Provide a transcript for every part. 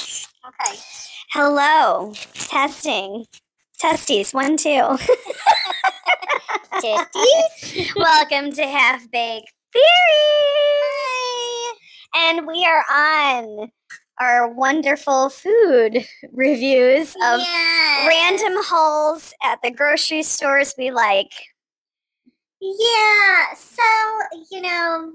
Okay. Hello. Testing. Testes. One, two. Testes? Welcome to Half Baked Theory. And we are on our wonderful food reviews of yeah. random hauls at the grocery stores we like. Yeah. So you know,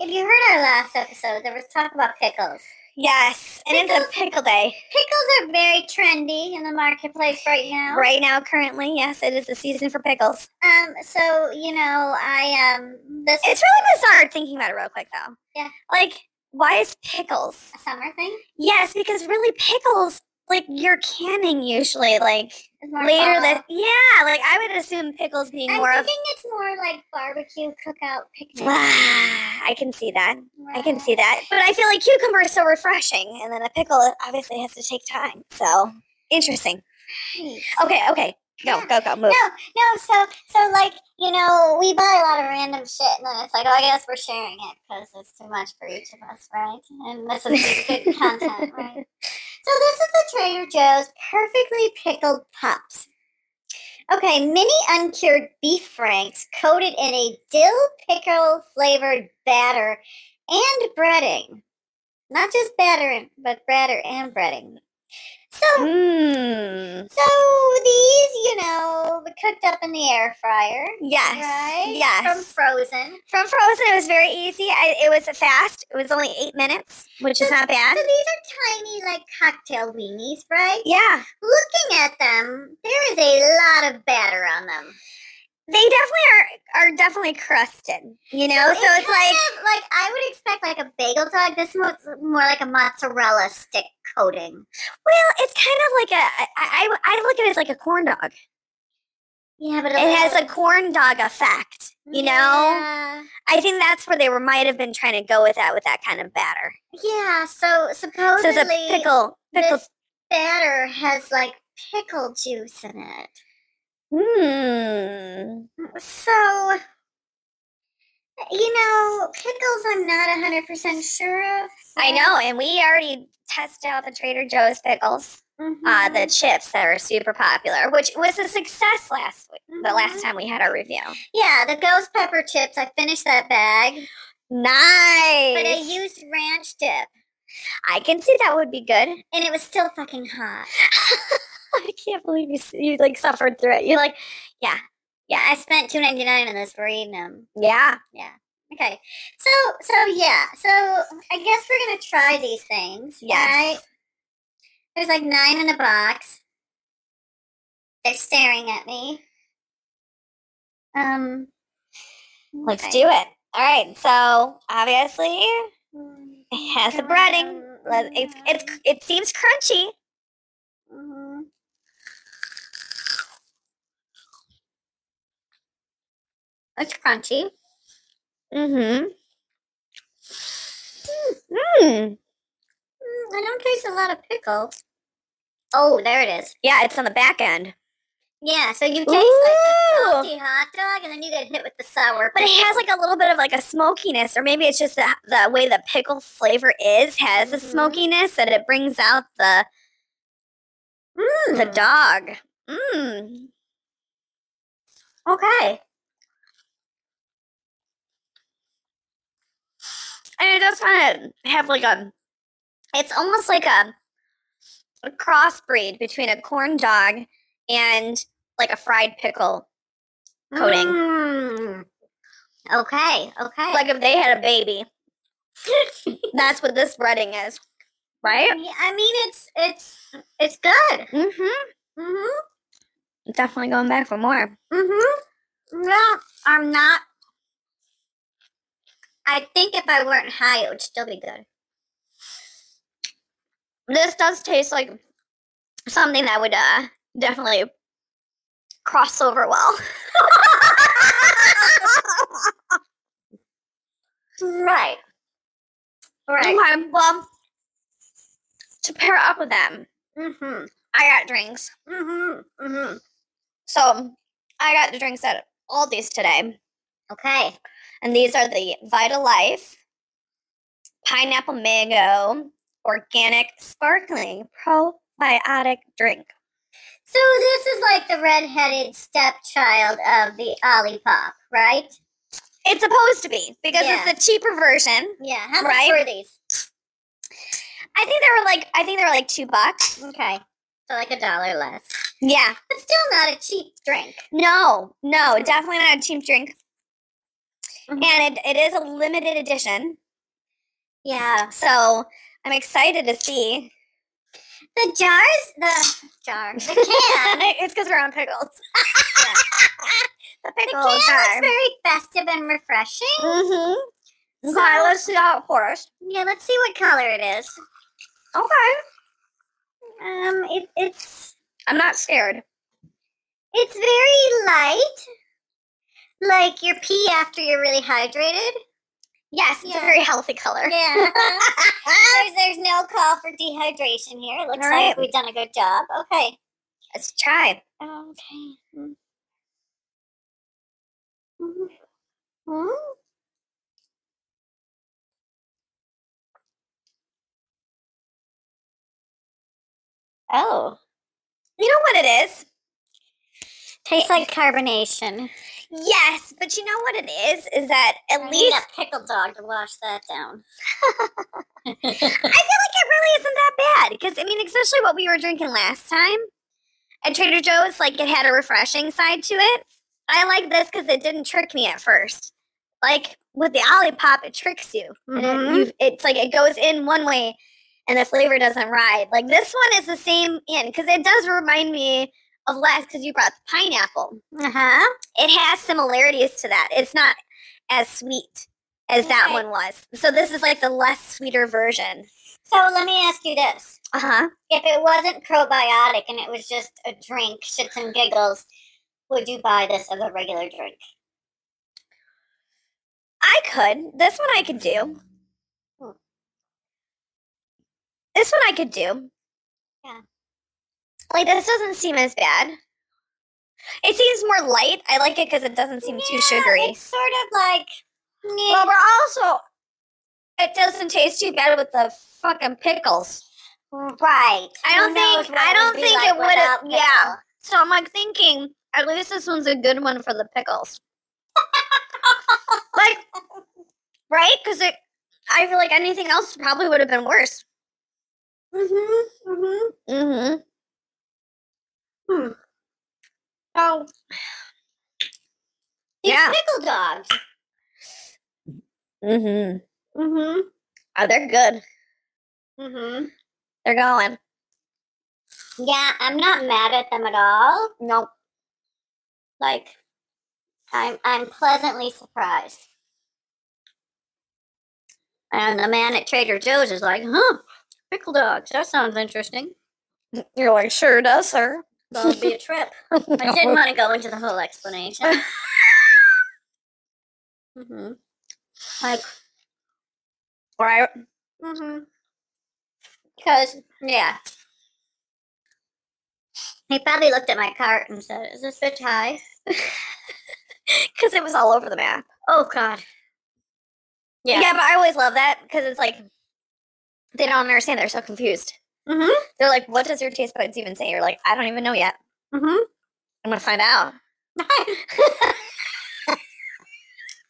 if you heard our last episode, there was talk about pickles. Yes. And it's a pickle day Pickles are very trendy in the marketplace right now. right now, currently. Yes, it is the season for pickles. Um. So you know, I um, this It's really bizarre thinking about it real quick, though. Yeah. Like, why is pickles? a summer thing. Yes, because really pickles like you're canning usually like It's more later fall. that yeah, like I would assume pickles being I'm more of thinking it's more like barbecue cookout picnic. I can see that. I can see that. But I feel like cucumber is so refreshing and then a pickle obviously has to take time. So interesting. Right. Okay, okay. Go, Yeah. go, go, move. No, no. So, so like you know, we buy a lot of random shit, and then it's like, oh, I guess we're sharing it because it's too much for each of us, right? And this is good content, right? So this is the Trader Joe's perfectly pickled pups. Okay, mini uncured beef franks coated in a dill pickle flavored batter and breading. Not just batter, and- but batter and breading. So Mmm. so these, you know, were cooked up in the air fryer, Yes. right? Yes. from frozen. From Frozen, it was very easy. I, it was fast. It was only eight minutes, which is not bad. So these are tiny, like cocktail weenies, right? Yeah. Looking at them, there is a lot of batter on them. they definitely are are definitely crusted, you know. So, it's like of, like I would expect like a bagel dog. This one's more like a mozzarella stick coating. well, it's kind of like a I, I I look at it as like a corn dog. Yeah, but It has a corn dog effect, you know. Yeah. I think that's where they were might have been trying to go with that with that kind of batter. Yeah, So So supposedly the pickle pickle. this batter has like pickle juice in it. Hmm. So, you know, pickles, I'm not 100% sure of. I know, and we already tested out the Trader Joe's pickles, mm-hmm. uh, the chips that are super popular, which was a success last week. The last Mhm. time we had our review, yeah, the ghost pepper chips. I finished that bag, nice. but I used ranch dip, I can see that would be good. and it was still fucking hot. I can't believe you, s- you like suffered through it. You're like, Yeah, I spent two ninety nine on um, this for eating them. yeah, Okay, so so yeah, so I guess we're gonna try these things. Yes. right? There's like nine in a box. They're staring at me. Um. let's okay. do it. All right. So obviously, Mm, it has the come breading. on, Let- It's it's mm, cr- it seems crunchy. mm. It's crunchy. Mm-hmm. Mm. Mm, I don't taste a lot of pickle. Oh, there it is. Yeah, it's on the back end, Yeah, so you taste Ooh. like the salty hot dog, and then you get hit with the sour. but it pickle. has like a little bit of like a smokiness, or maybe it's just the, the way the pickle flavor is has a Mhm. smokiness that it brings out the the Mm, dog. Mm. Okay. and it does kind of have like a it's almost like a a crossbreed between a corn dog and like a fried pickle Coating. Mm. Okay. Okay. like if they had a baby that's what this breading is right Yeah, I mean, it's it's it's good. mm-hmm Mhm. definitely going back for more Mhm. Mm-hmm. Yeah, I'm not. I think if I weren't high, it would still be good. this does taste like something that would uh definitely cross over well Right. Right. okay well to pair up with them Mm-hmm. Mhm. i got drinks Mhm. Mhm. So I got the drinks at Aldi's today, Okay. and these are the Vita Life, Pineapple Mango, organic sparkling probiotic drink. So this is like the redheaded stepchild of the Olipop, right? It's supposed to be because Yeah. it's the cheaper version. Yeah. How much Right. were these? I think they were like I think they were like two bucks. Okay. So like a dollar less. Yeah. But still not a cheap drink. No, no, definitely not a cheap drink. Mhm. And it, it is a limited edition. Yeah. So I'm excited to see. The jars, the jar, the can. it's because we're on pickles. the the pickle can looks jar. very festive and refreshing. Mm-hmm. So- let's see how it pours. Yeah, let's see what color it is. Okay. Um, it, it's I'm not scared. it's very light. Like your pee after you're really hydrated. Yes, it's Yeah. a very healthy color. Yeah. there's, there's no call for dehydration here. It looks All right. like we've done a good job. Okay. Let's try. Okay. Mm. Mhm. Mm. Oh, You know what it is? tastes like carbonation. Yes, but you know what it is? Is that at I need least a pickle dog to wash that down. I feel like it really isn't that bad because I mean, especially what we were drinking last time at Trader Joe's, like it had a refreshing side to it. I like this because it didn't trick me at first. Like with the Olipop, it tricks you. And it, Mhm. you- it's like it goes in one way, and the flavor doesn't ride. Like this one is the same in because it does remind me of last because you brought the pineapple. Uh huh. It has similarities to that. It's not as sweet as that Right. one was. So this is like the less sweeter version. So let me ask you this. Uh huh. If it wasn't probiotic and it was just a drink, shits and giggles, would you buy this as a regular drink? I could. This one I could do. Hmm. This one I could do. Yeah. Like this doesn't seem as bad. It seems more light. I like it because it doesn't seem too Yeah, sugary. It's sort of like. Well, Well, we're also. It doesn't taste too bad with the fucking pickles. right. I Who don't think- knows what I would don't be think it without would've- yeah. pickle. So I'm like thinking, at least this one's a good one for the pickles. like, right? Because it. I feel like anything else probably would have been worse. Mhm. Mhm. Mm-hmm. Hmm. Oh. These Yeah. pickle dogs. Mm-hmm. Mm-hmm. Mhm. Oh, they're good. Mhm. They're going. Yeah, I'm not mad at them at all. Nope. Like, I'm I'm pleasantly surprised. And the man at Trader Joe's is like, "Huh, pickle dogs. That sounds interesting. You're like, sure does, sir. That'll be a trip." I didn't want to go into the whole explanation. mhm. Like, Right. mhm. Because yeah, he probably looked at my cart and said, "Is this bitch high?" Because it was all over the map. Oh God. Yeah. Yeah. but I always love that because it's like they don't understand. They're so confused. Mhm. They're like, what does your taste buds even say? You're like, I don't even know yet. Mhm. I'm gonna find out. Mm-hmm.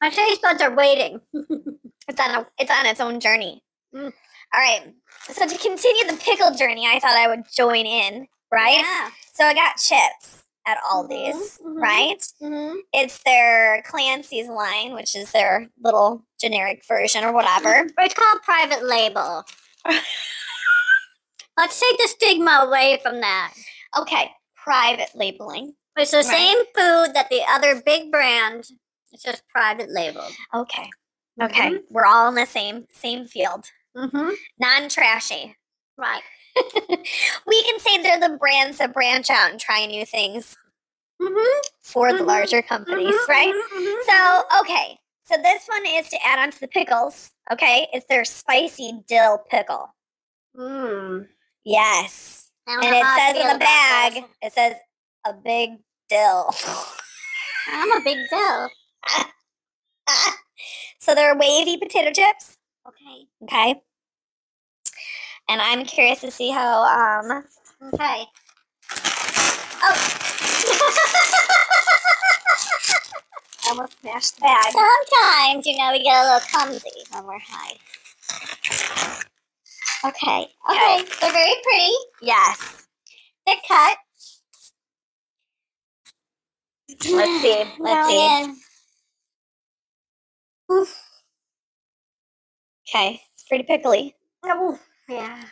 My taste buds are waiting. It's on a, it's on its own journey. Mm. All right. So to continue the pickle journey, I thought I would join in, right? Yeah. So I got chips at Aldi's, Mhm, mhm. right? Mm-hmm. It's their Clancy's line, which is their little generic version or whatever. It's called private label. Let's take the stigma away from that. Okay, private labeling. It's the Right. same food that the other big brand. It's just private labeled. Okay. Okay. We're all in the same same field. Mm-hmm. Non-trashy. Right. We can say they're the brands that branch out and try new things Mm-hmm. for the Mhm, larger companies, right? So, okay. So this one is to add on to the pickles, okay? It's their spicy dill pickle. So, mm. Yes. And it says in the bag, it says a big dill. I'm a big deal. so they're wavy potato chips. Okay. Okay. and I'm curious to see how um Okay. Oh. I almost smashed the bag. Sometimes, you know, we get a little clumsy when we're high. Okay. Okay. They're very pretty. Yes. They're cut. Let's see. Let's Now see. in. Okay. It's pretty pickly. Oh, yeah.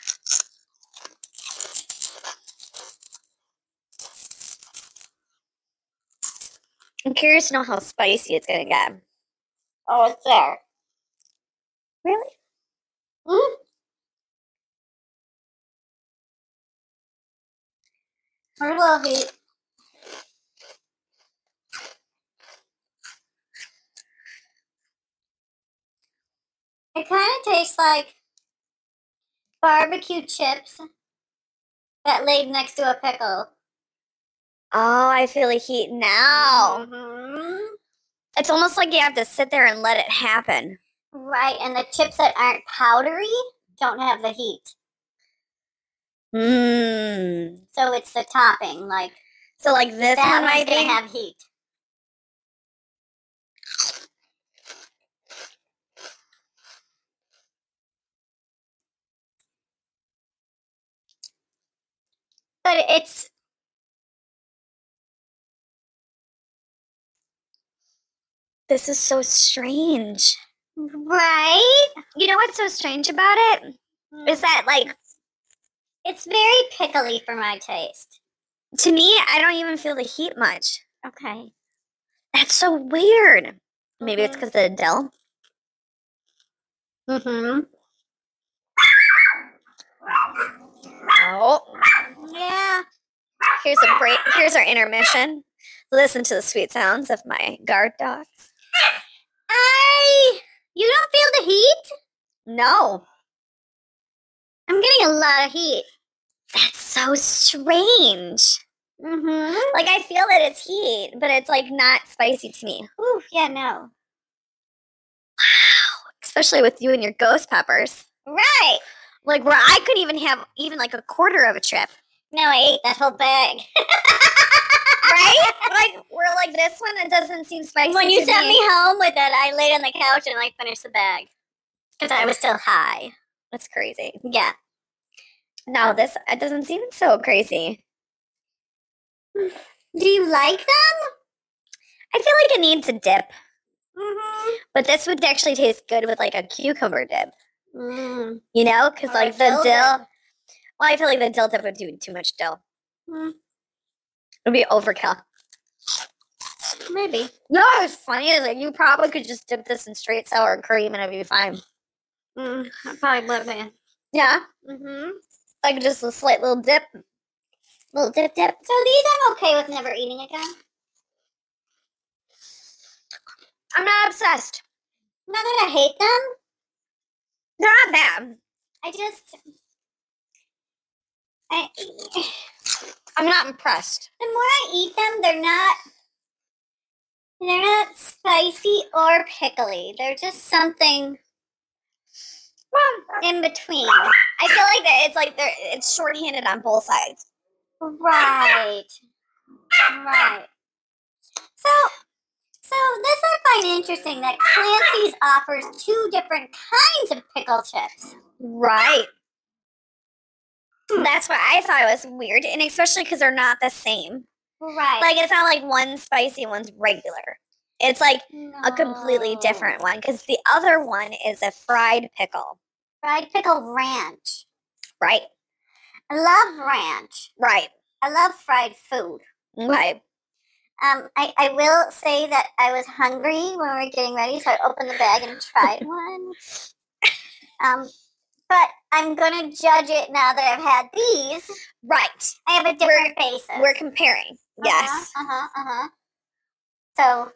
I'm curious to know how spicy it's gonna get. Oh, it's there. Really? Mm. Or will he? It kind of tastes like barbecue chips that laid next to a pickle. Oh, I feel the heat now. Mm-hmm. Mhm. It's almost like you have to sit there and let it happen. Right, and the chips that aren't powdery don't have the heat. Mmm. So it's the topping. Like, So like this that one one's might going be. to have heat. but it's this is so strange Right? you know what's so strange about it is that like It's very pickly for my taste. to me i don't even feel the heat much Okay. that's so weird maybe it's Mhm. because of adele Mm-hmm. oh Yeah. here's a break here's our intermission listen to the sweet sounds of my guard dog I. You don't feel the heat? no I'm getting a lot of heat. that's so strange Mm-hmm. like i feel that it's heat but it's like not spicy to me Ooh, yeah, no. especially with you and your ghost peppers. Right. Like where I couldn't even have even like a quarter of a trip, No, I ate that whole bag. right? like we're like this one, it doesn't seem spicy. when you to sent me home with it, I laid on the couch and like finished the bag. Because I was still high. that's crazy. Yeah. No, this it doesn't seem so crazy. Do you like them? I feel like it needs a dip, Mm-hmm. but this would actually taste good with like a cucumber dip, Mm. you know? Because Or a like the dill dill. dip. Well, I feel like the dill dip would do too much dill. Mm. It'd be overkill. Maybe. You know what's funny is like you probably could just dip this in straight sour cream and it'd be fine. Mm, I probably would man. Yeah. Mm-hmm. like just a slight little dip. Little dip dip. So these I'm okay with never eating again. I'm not obsessed. Not that I hate them. They're not bad. I just I I'm not impressed. the more I eat them, they're not they're not spicy or pickly. They're just something in between. I feel like that it's like they're it's shorthanded on both sides. Right. Right. So so this I find interesting that Clancy's offers two different kinds of pickle chips. Right. That's what I thought it was weird, and especially because they're not the same. Right. Like it's not like one's spicy, one's regular. It's like a completely No. different one because the other one is a fried pickle. fried pickle ranch. Right. I love ranch. Right. I love fried food. Okay. Um, I, I will say that I was hungry when we were getting ready, so I opened the bag and tried one. Um, but I'm gonna judge it now that I've had these. Right. I have a different basis. We're comparing. Yes. Uh huh. Uh huh. So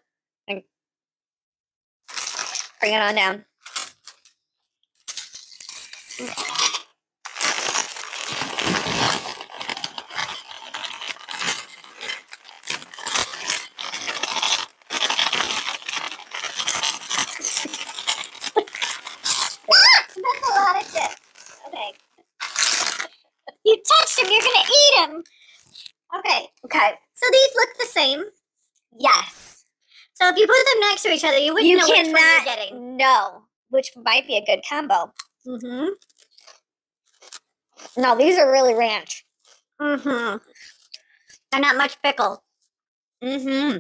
Bring it on down. that's a lot of chips. Okay. you touched them, you're gonna eat them. Okay, Okay. so these look the same. Yes. So if you put them next to each other, you wouldn't You know which one you're cannot- getting. No. Which might be a good combo. Mm-hmm. No, these are really ranch. Mm-hmm. They're not much pickle. Mm-hmm.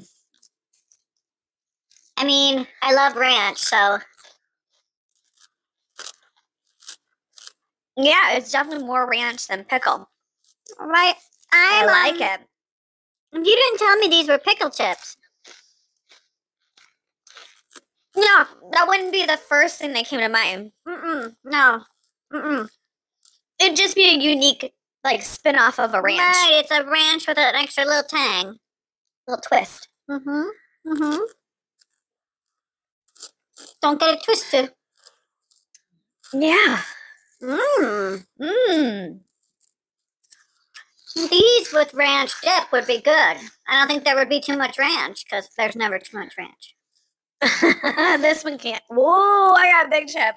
I mean, I love ranch, so Yeah, it's definitely more ranch than pickle. right. I, I'm, like um, it. You didn't tell me these were pickle chips. No, that wouldn't be the first thing that came to mind. Mm-mm. No. Mm-mm. It'd just be a unique, like, spin off of a ranch. Right, it's a ranch with an extra little tang. Little twist. Mm-hmm. Mm-hmm. Don't get it twisted. Yeah. Mmm. Mmm. These with ranch dip would be good. I don't think there would be too much ranch because there's never too much ranch. this one can't. Whoa, I got a big chip.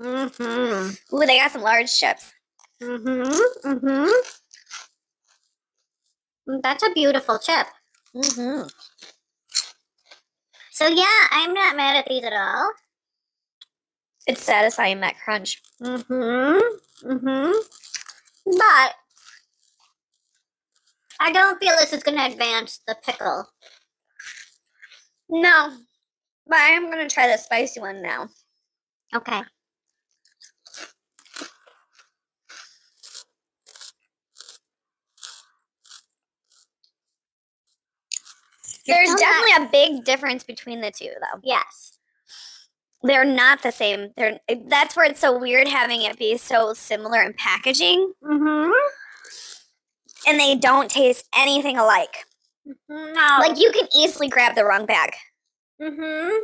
Mm-hmm. Ooh, they got some large chips. Mm-hmm. Mm-hmm. That's a beautiful chip. Mm-hmm. So yeah, I'm not mad at these at all. It's satisfying that crunch. Mm-hmm. Mm-hmm. But I don't feel this is gonna advance the pickle. No, but I'm gonna try the spicy one now. Okay. There's not- definitely a big difference between the two, though. Yes. They're not the same. They're that's where it's so weird having it be so similar in packaging, Mm-hmm. and they don't taste anything alike. No. Like you can easily grab the wrong bag. Mm-hmm.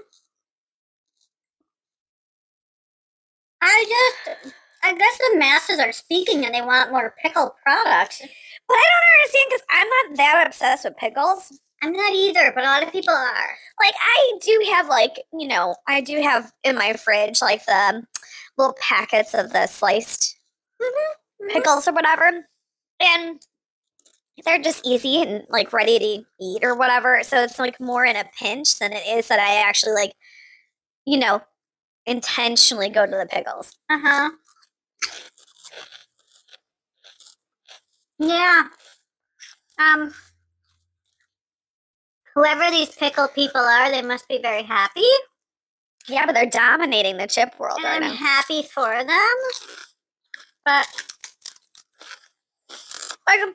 I just, I guess the masses are speaking and they want more pickle products. But I don't understand because I'm not that obsessed with pickles. I'm not either, but a lot of people are. like I do have like you know I do have in my fridge like the little packets of the sliced mhm. pickles or whatever, and they're just easy and like ready to eat or whatever. So it's like more in a pinch than it is that I actually like you know intentionally go to the pickles. Uh huh. Yeah. Um. Whoever these pickle people are, they must be very happy, Yeah, but they're dominating the chip world and right I'm now. happy for them. But Like, I'm-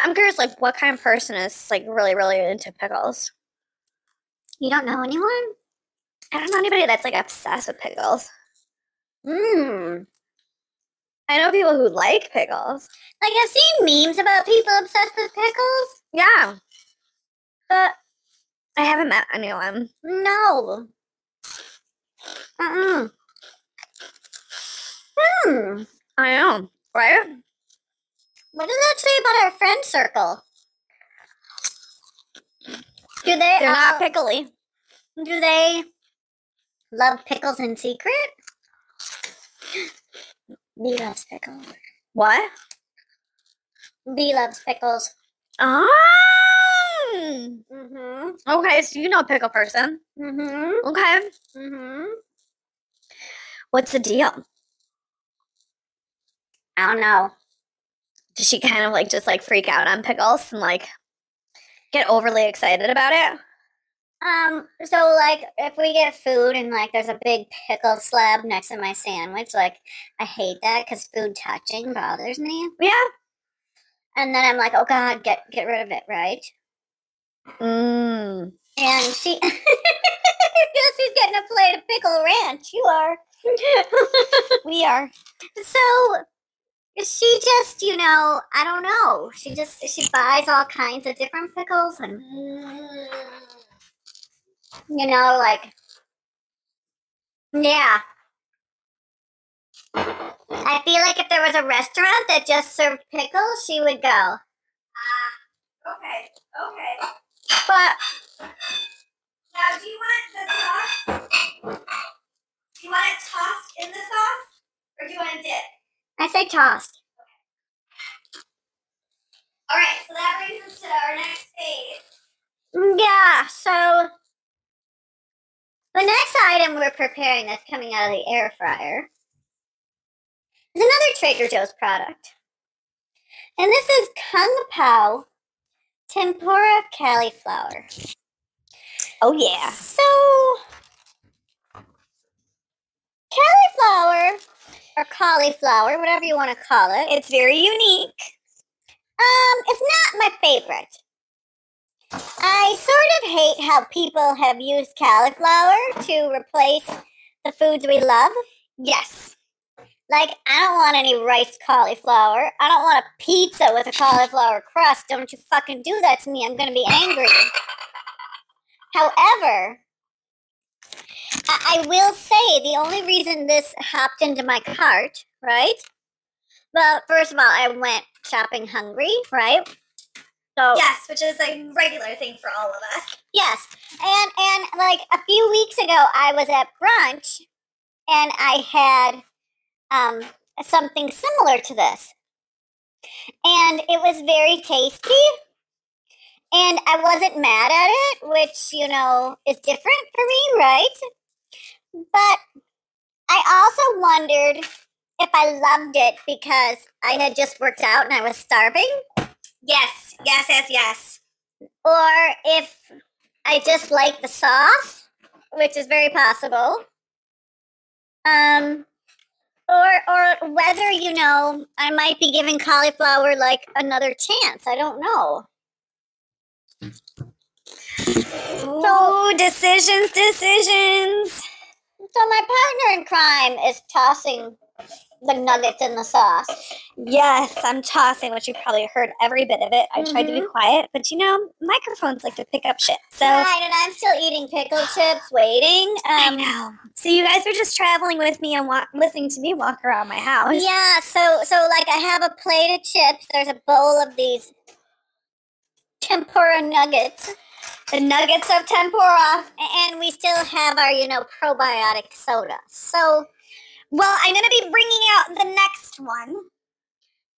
I'm curious, like, what kind of person is like really, really into pickles? you don't know anyone. I don't know anybody that's like obsessed with pickles. Mmm. I know people who like pickles. Like I've seen memes about people obsessed with pickles, Yeah, but I haven't met anyone. no. Mm. Hmm. I know, right? What does that say about our friend circle? Do they They're not all- pickly. do they love pickles in secret? B loves pickles. What? B loves pickles. Oh. Mm-hmm. Okay, so you know a pickle person. Mm-hmm. Okay, Mm-hmm. what's the deal? I don't know. Does she kind of like just like freak out on pickles and like get overly excited about it? Um, so like if we get food and like there's a big pickle slab next to my sandwich, like I hate that because food touching bothers me. Yeah. And then I'm like, oh god, get get rid of it, right? Mm. And she, she's getting a plate of pickle ranch. You are. We are. so she just, you know, I don't know. She just she buys all kinds of different pickles and you know, like yeah. I feel like if there was a restaurant that just served pickles, she would go. Ah, Okay. Okay. But Now, do you want the sauce? Do you want it tossed in the sauce, or do you want it dipped? I say tossed. All right, so that brings us to our next phase. Yeah, so The next item we're preparing that's coming out of the air fryer is another Trader Joe's product. And this is Kung Pao Tempura Cauliflower. oh yeah. So, cauliflower or cauliflower, whatever you want to call it, It's very unique. Um, it's not my favorite. I sort of hate how people have used cauliflower to replace the foods we love. Yes. Like, I don't want any rice cauliflower. I don't want a pizza with a cauliflower crust. Don't you fucking do that to me. I'm going to be angry. However, I-, I will say the only reason this hopped into my cart, right? Well, first of all, I went shopping hungry, right? So, Yes, which is a regular thing for all of us. Yes, and and like a few weeks ago, I was at brunch, and I had um, something similar to this, and it was very tasty, and I wasn't mad at it, which you know is different for me, right? But I also wondered if I loved it because I had just worked out and I was starving Yes, yes, yes, yes. or if I just like the sauce, which is very possible. Um, or or whether you know I might be giving cauliflower like another chance. I don't know. Ooh, decisions, decisions. So my partner in crime is tossing the nuggets in the sauce. Yes, I'm tossing, which you probably heard every bit of it. I tried to be Mhm. quiet, but you know, microphones like to pick up shit. So right, and I'm still eating pickle chips, waiting. I Um, know. So you guys are just traveling with me and wa- listening to me walk around my house. Yeah, so so like I have a plate of chips. There's a bowl of these tempura nuggets, The nuggets of tempura. a- and we still have our you know probiotic soda. So Well, I'm gonna be bringing out the next one.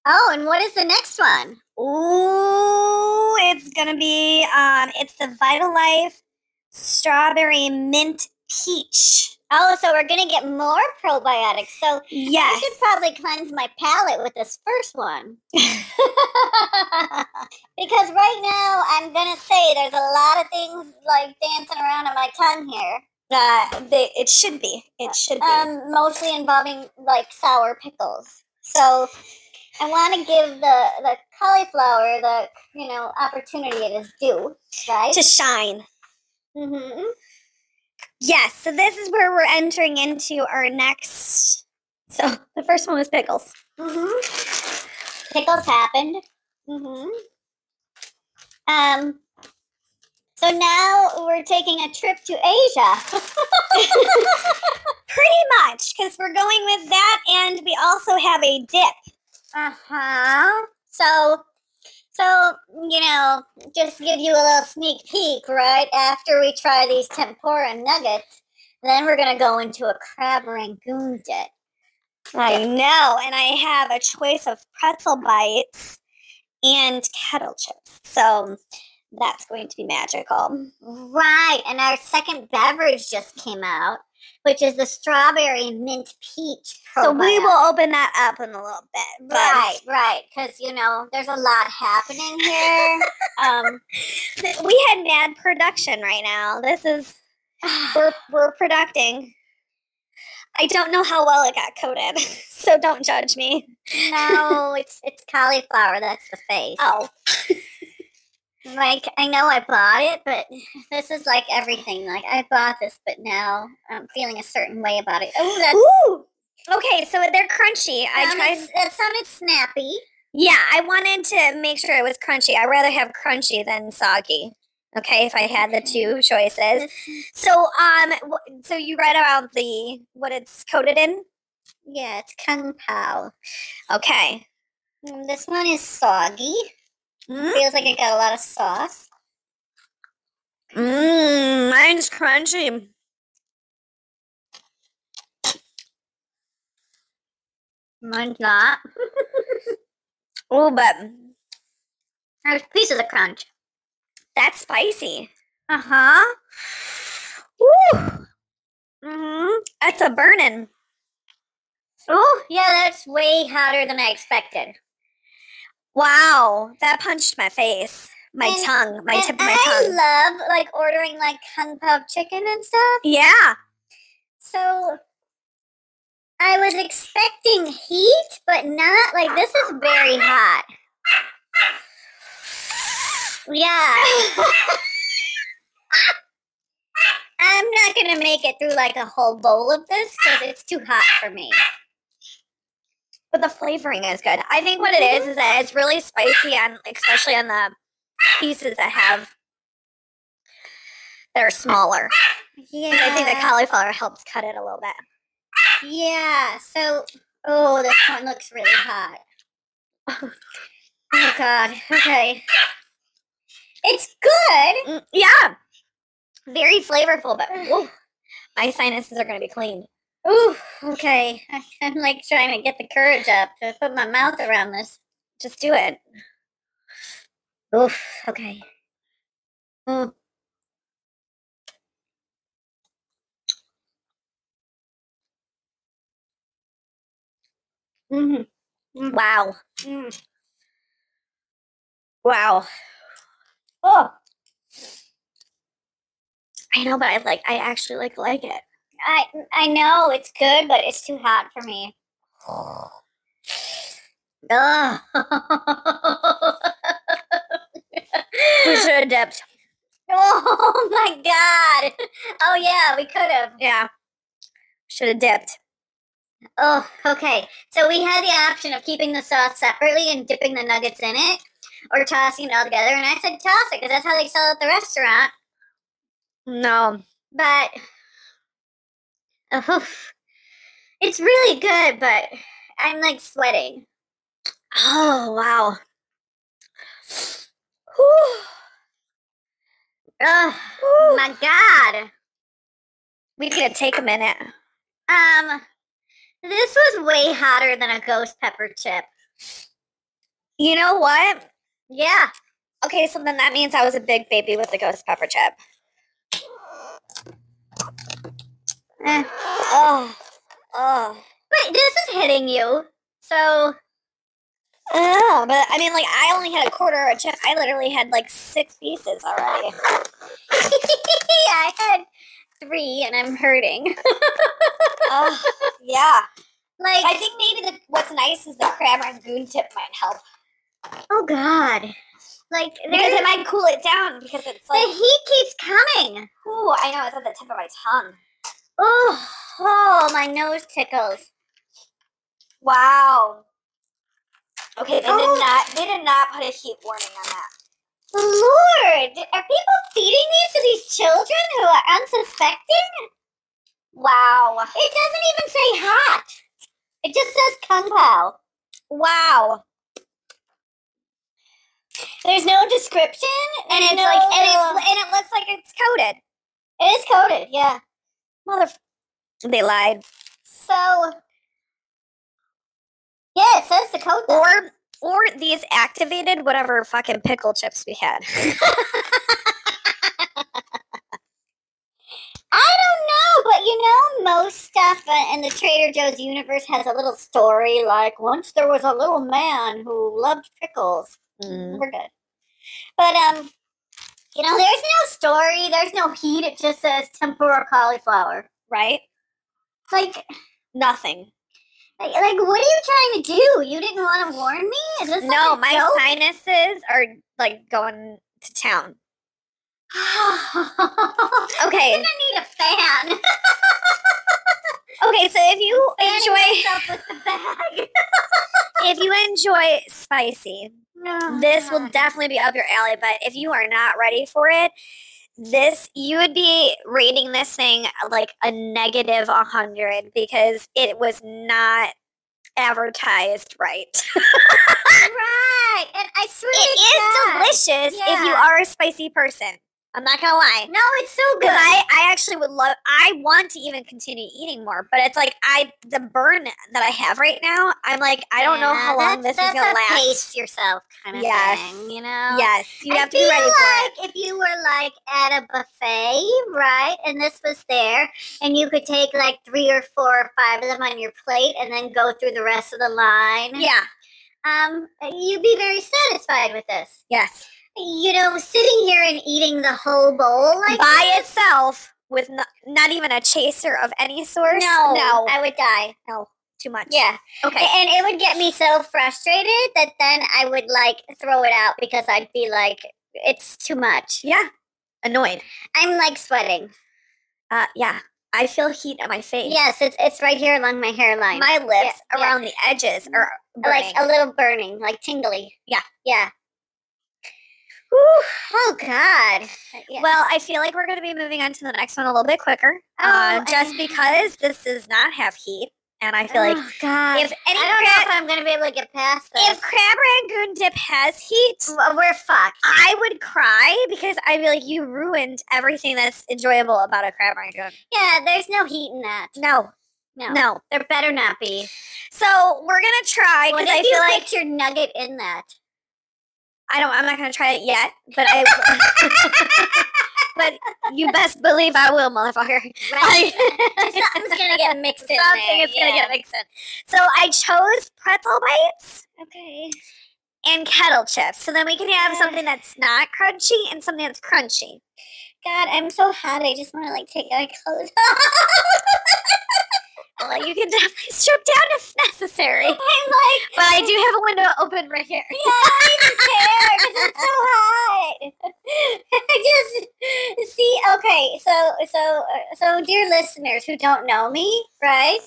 oh, and what is the next one? Ooh, it's gonna be um, it's the Vital Life strawberry mint peach. Oh, so we're gonna get more probiotics. So I Yes. should probably cleanse my palate with this first one. because right now I'm gonna say there's a lot of things like dancing around on my tongue here. Uh, they, it should be. It should be. um, mostly involving like sour pickles. So I want to give the the cauliflower the you know opportunity it is due, right? to shine. hmm Yes, so this is where we're entering into our next. So the first one was pickles. hmm Pickles happened. hmm Um. So now we're taking a trip to Asia. Pretty much, because we're going with that, and we also have a dip. Uh huh. So, so you know, just give you a little sneak peek, right? After we try these tempura nuggets, then we're gonna go into a crab rangoon dip. I know, and I have a choice of pretzel bites and kettle chips. So that's going to be magical. Right, and our second beverage just came out, which is the strawberry mint peach. So we probiotic. will open that up in a little bit. But Oh Right, right, because you know, there's a lot happening here. um, th- we had mad production right now. This is we're we're producting. I don't know how well it got coated, so don't judge me. no, it's it's cauliflower. That's the face. Oh, Like I know I bought it, but this is like everything. Like I bought this, but now I'm feeling a certain way about it. Oh, that's ooh. Okay, so they're crunchy. I sounded- tried. that sounded snappy. Yeah, I wanted to make sure it was crunchy. I'd rather have crunchy than soggy. Okay, if I had the two choices. So, um, wh- so you read about the what it's coated in? Yeah, it's kung pao. Okay. Um, This one is soggy. Mm, Feels like it got a lot of sauce. mm mine's crunchy. Mine's not. Oh, but There's pieces of crunch. that's spicy. Uh huh. Woo! hmm That's a burning. Oh, yeah, that's way hotter than I expected. Wow, that punched my face, my And- tongue, my and tip of my I tongue. love like ordering like kung pao chicken and stuff. yeah, So I was expecting heat, but not like this is very hot. Yeah. I'm not gonna make it through like a whole bowl of this because it's too hot for me. but the flavoring is good. I think what it is is that it's really spicy, and especially on the pieces that have that are smaller. Yeah, And I think the cauliflower helps cut it a little bit. Yeah, so oh this one looks really hot. Oh god, okay. It's good. Mm, yeah, very flavorful, but whoa, my sinuses are gonna be clean. Ooh, okay. I- I'm like trying to get the courage up to put my mouth around this. Just do it. Oof, okay. Mm. Mm, Wow, mm. wow. Oh, I know, but I like. I actually like like it. I I know it's good, but it's too hot for me. Ugh. We should have dipped. oh my god. Oh yeah, we could have. Yeah, should have dipped. Oh, okay. So we had the option of keeping the sauce separately and dipping the nuggets in it or tossing it all together. And I said toss it because that's how they sell it at the restaurant. No, But oh, it's really good, but I'm like sweating. Oh wow. Whew. Oh Whew. my god. We could take a minute. Um, this was way hotter than a ghost pepper chip. You know what? Yeah. Okay, so then that means I was a big baby with the ghost pepper chip. Eh. Oh, oh, But this is hitting you. So, oh! But I mean, like, I only had a quarter of a chip. I literally had like six pieces already. I had three and I'm hurting. Oh, yeah. Like, I think maybe the, what's nice is the crab rangoon tip might help oh god. Like, because there's- it might cool it down because it's the like, heat keeps coming. ooh, I know it's at the tip of my tongue. Oh, oh, my nose tickles. Wow. Okay, they Oh. did not they did not put a heat warning on that. Lord, are people feeding these to these children who are unsuspecting? Wow. It doesn't even say hot. It just says kung pao. Wow. There's no description, And there's it's like and no- it, and it looks like it's coated. it is coded. Yeah. Mother They lied. So, yeah, it says the code. though. Or or these activated whatever fucking pickle chips we had. I don't know, but you know, most stuff uh, in the Trader Joe's universe has a little story. Like once there was a little man who loved pickles. Mm-hmm. We're good, but um, you know, there's no story. There's no heat. It just says tempura cauliflower. Right? Like, Nothing. like, like, what are you trying to do? You didn't want to warn me? Is this No, like a my joke? sinuses are like going to town. okay. I'm Okay. gonna need a fan. Okay, so if you Fanning enjoy myself with the bag. if you enjoy spicy, Oh, this will definitely be up your alley but if you are not ready for it this you would be rating this thing like a negative 100 because it was not advertised right right. And I swear it to God. is delicious if you Yeah. are a spicy person I'm not gonna lie. No, it's so good. Because I, I actually would love I want to even continue eating more, but it's like I the burn that I have right now, I'm like, I don't know Yeah, how long this that's- is gonna that's a last. Pace yourself, kind of Yes. thing. You know. Yes, you I have to be feel ready for it. like if you were like at a buffet, right, and this was there, and you could take like three or four or five of them on your plate, and then go through the rest of the line. Yeah. Um, you'd be very satisfied with this. Yes. You know, sitting here and eating the whole bowl like By itself with no, not even a chaser of any sort. this? No, No. I would die. too much. Yeah, Okay. and it would get me so frustrated that then I would like throw it out because I'd be like, it's too much. Yeah. Annoyed. I'm like sweating. Uh yeah. I feel heat on my face. Yes, it's it's right here along my hairline. My lips yeah. around the edges are burning. like a little burning, like tingly. Yeah. Yeah. Whew. Oh God. Yeah. Well, I feel like we're going to be moving on to the next one a little bit quicker, Oh, uh, just I- because this does not have heat, and I feel like oh, God. if any I don't know if crab, I'm gonna be able to get past this. if crab rangoon dip has heat, Well, we're fucked. I would cry because I feel like you ruined everything that's enjoyable about a crab rangoon. Yeah, there's no heat in that. No, No. no. There better not be. So we're gonna try What because I if you feel like put your nugget in that? I don't. I'm not gonna try it yet, but I. but you best believe I will, motherfucker. Right. Something's gonna get mixed in Something there. is gonna get mixed in. So I chose pretzel bites. Okay. and kettle chips. So then we can have Yeah. something that's not crunchy and something that's crunchy. God, I'm so hot. I just want to like take my clothes Well, you can definitely strip down if necessary. off. I'm like, But I do have a window open right here. Yeah, I just care 'cause it's so hot. I just see. Okay, so so uh, so, dear listeners who don't know me, right?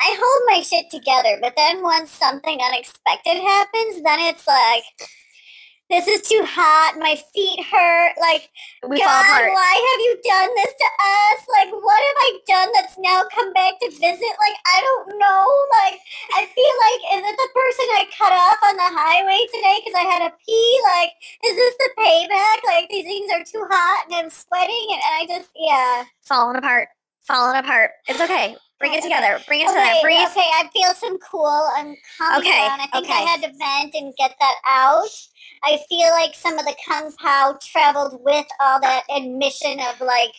I hold my shit together, but then once something unexpected happens, then it's like. This is too hot. My feet hurt. Like, We God, fall apart. why have you done this to us? Like, what have I done that's now come back to visit? Like, I don't know. Like, I feel like, is it the person I cut off on the highway today because I had a pee? Like, is this the payback? Like, these things are too hot and I'm sweating and, and I just, yeah. Falling apart. Falling apart. It's okay. Bring it Okay. together. Bring it together. Okay, Bring it. okay, I feel some cool. I'm calming Okay, down. I think I okay. had to vent and get that out. I feel like some of the kung pao traveled with all that admission of like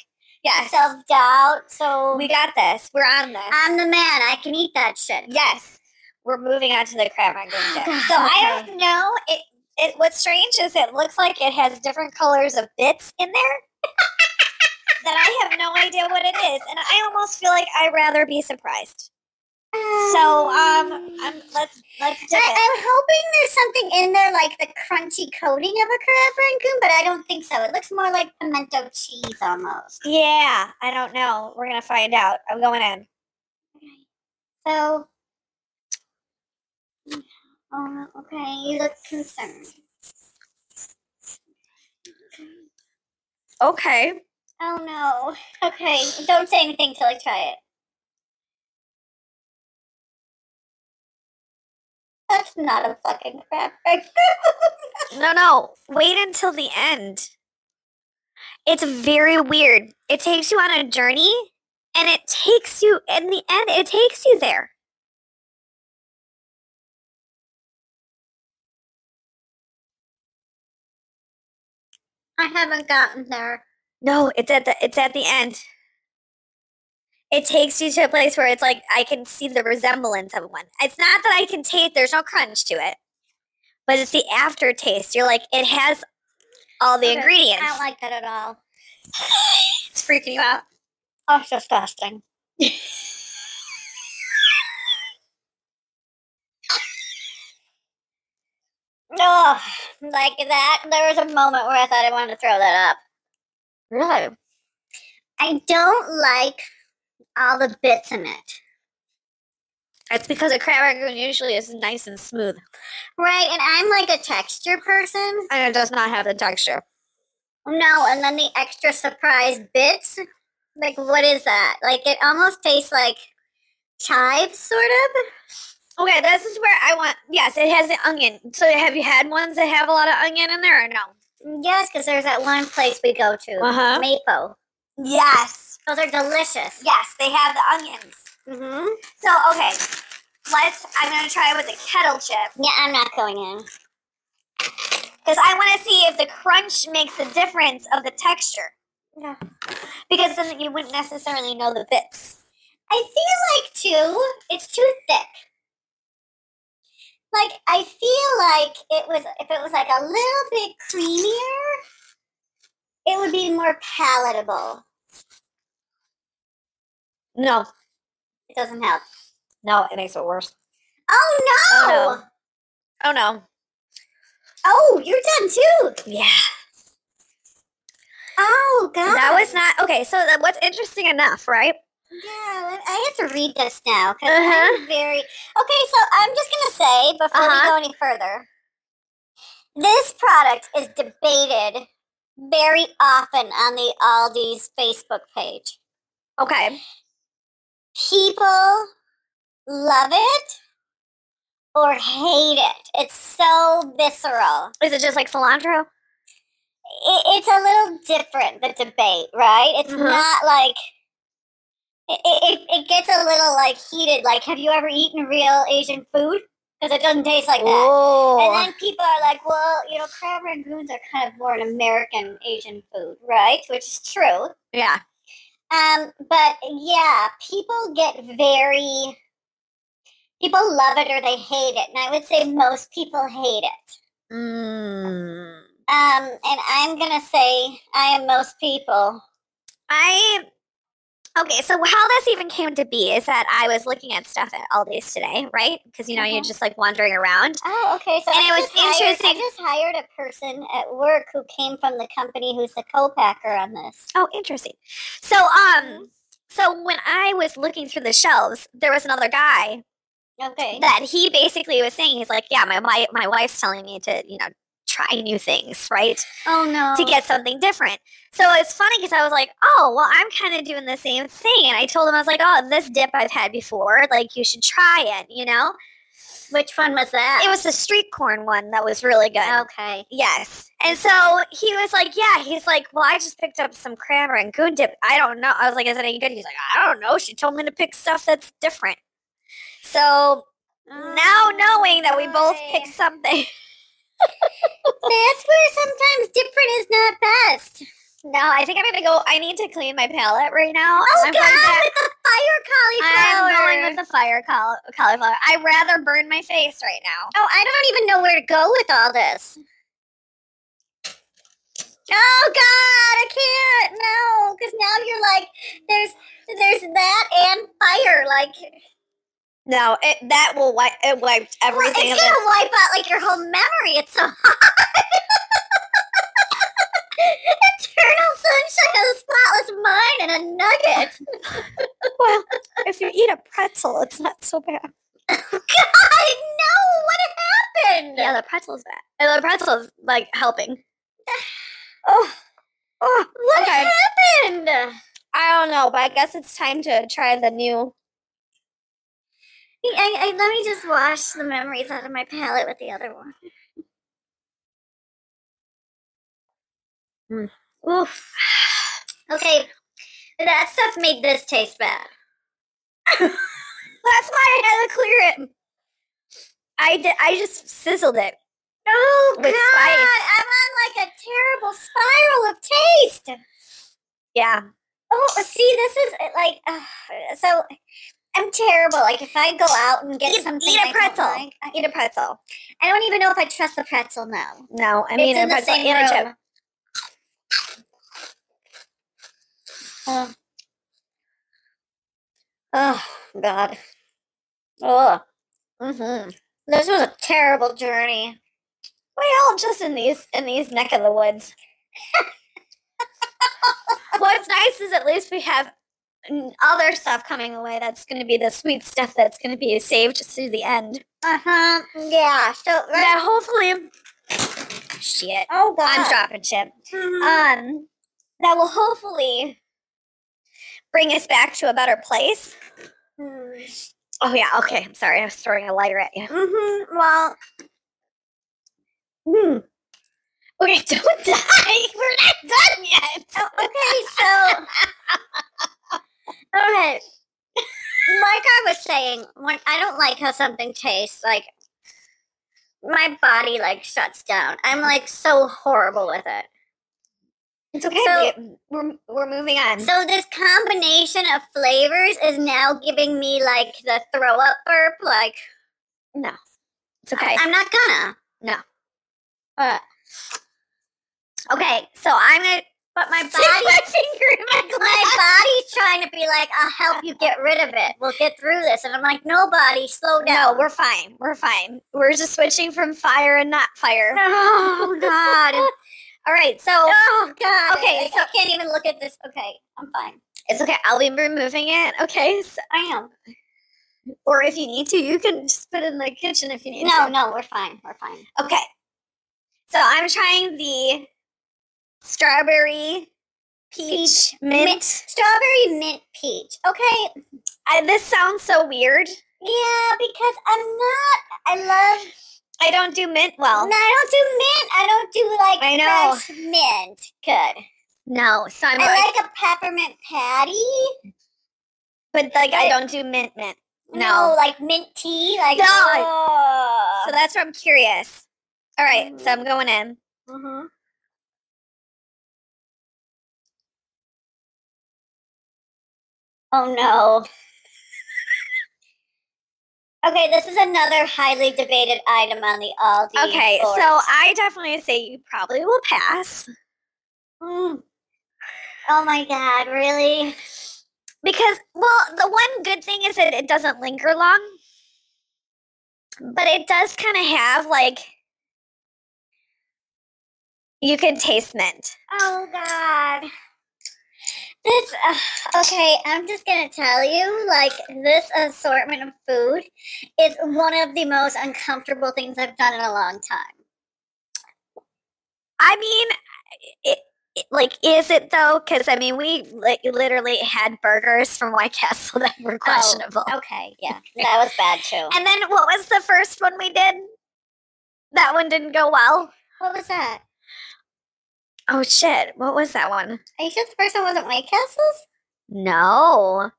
Yes. self doubt. So We got this. We're on this. I'm the man. I can eat that shit. Oh, Yes. We're moving on to the crab rangoon dip. God, So I okay. don't know. It, it what's strange is it looks like it has different colors of bits in there. that I have no idea what it is. And I almost feel like I'd rather be surprised. So um I'm, let's let's dip I, it. am hoping there's something in there like the crunchy coating of a crab rangoon, but I don't think so. It looks more like pimento cheese almost. Yeah, I don't know. We're gonna find out. I'm going in. So, oh, okay, you look concerned. Okay. Oh no. Okay, don't say anything till I try it. That's not a fucking crab rangoon. No, no. Wait until the end. It's very weird. It takes you on a journey, and it takes you in the end. It takes you there. I haven't gotten there. No, it's at the it's at the end. It takes you to a place where it's like I can see the resemblance of one. It's not that I can taste. There's no crunch to it, but it's the aftertaste. You're like it has all the Okay, I ingredients. I don't like that at all. it's freaking you out. Oh, it's disgusting. No, like that. There was a moment where I thought I wanted to throw that up. Really? I don't like all the bits in it, That's because a crab rangoon usually is nice and smooth, right? And I'm like a texture person. and it does not have the texture. No, and then the extra surprise bits. Like, what is that? Like, it almost tastes like chives, sort of. Okay, this is where I want. Yes, it has the onion. So have you had ones that have a lot of onion in there, or no? Yes, because there's that one place we go to, Uh-huh. Mapo. Yes. Those are delicious. Yes, they have the onions. Mm-hmm. So okay, Let's. I'm gonna try it with a kettle chip yeah, I'm not going in. because I want to see if the crunch makes a difference of the texture. Yeah. Because then you wouldn't necessarily know the bits. I feel like too, it's too thick. Like I feel like it was if it was like a little bit creamier, it would be more palatable. No. It doesn't help. No, it makes it worse. Oh no! Oh, no. Oh no. Oh, you're done too. Yeah. Oh god. That was not okay. So that what's interesting enough, right? Yeah, I- I have to read this now because Uh-huh. I'm very okay. So I'm just gonna say before Uh-huh. we go any further, this product is debated very often on the Aldi's Facebook page. Okay. People love it or hate it. It's so visceral. Is it just like cilantro? It, it's a little different the debate, right? It's Mhm. not like. It, it, it- it gets a little like heated. Like, have you ever eaten real Asian food? Because it doesn't taste like that. And Oh. then people are like, well, you know, crab rangoons are kind of more an American Asian food, right? Which is true. Yeah. Um, but yeah, people get very people love it or they hate it, and I would say most people hate it. Mm. Um, and I'm gonna say I am most people. I okay. So how this even came to be is that I was looking at stuff at Aldi's today, right? Because you know you're Mhm. just like wandering around. Oh, okay. So And I it was just hired- interesting- I just hired a person at work who came from the company who's the co-packer on this. Oh, interesting. So Mm-hmm. um, so when I was looking through the shelves, there was another guy Mm-hmm. Okay. that he basically was saying he's like, yeah, my my, my wife's telling me to you know try new things, right? oh no. to get something different. So it's funny because I was like, oh, well, I'm kind of doing the same thing. And I told him, I was like, oh, this dip I've had before. Like, you should try it, you know? which one was that? Oh, It was the street corn one that was really good. okay. Yes. And so he was like, yeah, he's like, well, I just picked up some crab rangoon dip. I don't know. I was like, is it any good? He's like, I don't know. She told me to pick stuff that's different. So now Oh, knowing that we both picked. picked something. That's where sometimes different is not best. No, I think I'm going to go. I need to clean my palette right now. Oh I'm going God, back- with the fire cauliflower. I'm going with the fire caul- cauliflower. I'd rather burn my face right now. Oh, I don't even know where to go with all this. Oh God, I can't. No, because now you're like, there's, there's that and fire. Like No, it, that will wipe. It wiped well, it's everything. gonna of it. wipe out like your whole memory. It's so hot. Eternal sunshine of the spotless mind and a nugget. if you eat a pretzel, it's not so bad. God, no! What happened? Yeah, the pretzel's bad. And the pretzel's like helping. oh, oh, What okay. happened? I don't know, but I guess it's time to try the new. I, I, let me just wash the memories out of my palette with the other one. Oof. Okay, that stuff made this taste bad. That's why I had to clear it. I did. I just sizzled it. Oh With God! spice. I'm on like a terrible spiral of taste. Yeah. Oh, see, this is uh, like uh, so. I'm terrible. Like if I go out and get Eat- something, eat a I don't pretzel. like, I, Eat a pretzel. I don't even know if I trust the pretzel now. No, I It's mean in a the pretzel same and a chip. room. Oh. oh God! Oh. Mm-hmm. This was a terrible journey. Well, just in these in these neck of the woods. What's nice is at least we have n- other stuff coming away. That's going to be the sweet stuff. That's going to be saved to the end. Uh huh. Yeah. So right. That hopefully, shit, Oh God. I'm dropping shit. Mhm. Uh, Um, that will hopefully bring us back to a better place. Mm. Oh yeah. Okay. I'm sorry. I was mm-hmm, throwing a lighter at you. Mhm. Well. Mm. Okay, don't die. We're not done yet. Okay, so Okay. like I was saying, when I don't like how something tastes, like my body like shuts down. I'm like so horrible with it. It's okay. we- we're, we're moving on. So this combination of flavors is now giving me like the throw up burp. Like it's okay. I'm not gonna. Uh, Okay, so I'm gonna. But my stick my body, finger in my glass. my body's trying to be like, I'll help you get rid of it. We'll get through this. And I'm like, no, body, slow No, down. we're fine. We're fine. We're just switching from fire and not fire. Oh God. All right, so Oh God. Okay, Okay, so I can't even look at this. Okay, I'm fine. it's okay. I'll be removing it. Okay. So, I am. or if you need to, you can just put it in the kitchen if you need No, to. no, we're fine. We're fine. Okay. So I'm trying the strawberry peach, mint. Strawberry mint peach. Okay. I, this sounds so weird. Yeah, because I'm not. I love. I don't do mint well. No, I don't do mint. I don't do like I know. fresh mint. Good. No, so I'm I like, like a peppermint patty. but like I it. don't do mint mint. No, No. like mint tea. Like No, I- oh. So that's where I'm curious. All right, so Mhm. I'm going in. Uh-huh. Mhm. Oh no. Okay, this is another highly debated item on the Aldi. Okay, so board. I definitely say you probably will pass Mm. Oh my god, really? because well, the one good thing is that it doesn't linger long. But it does kind of have like you can taste mint. Oh god. This uh, okay, I'm just going to tell you like this assortment of food is one of the most uncomfortable things I've done in a long time. I mean, it, it- like, is it though? Because I mean, we li- literally had burgers from White Castle that were questionable. Okay, yeah. That was bad too. Oh, And then what was the first one we did? That one didn't go well. What was that? Oh shit! What was that one? Are you sure the first one wasn't White Castle's? No.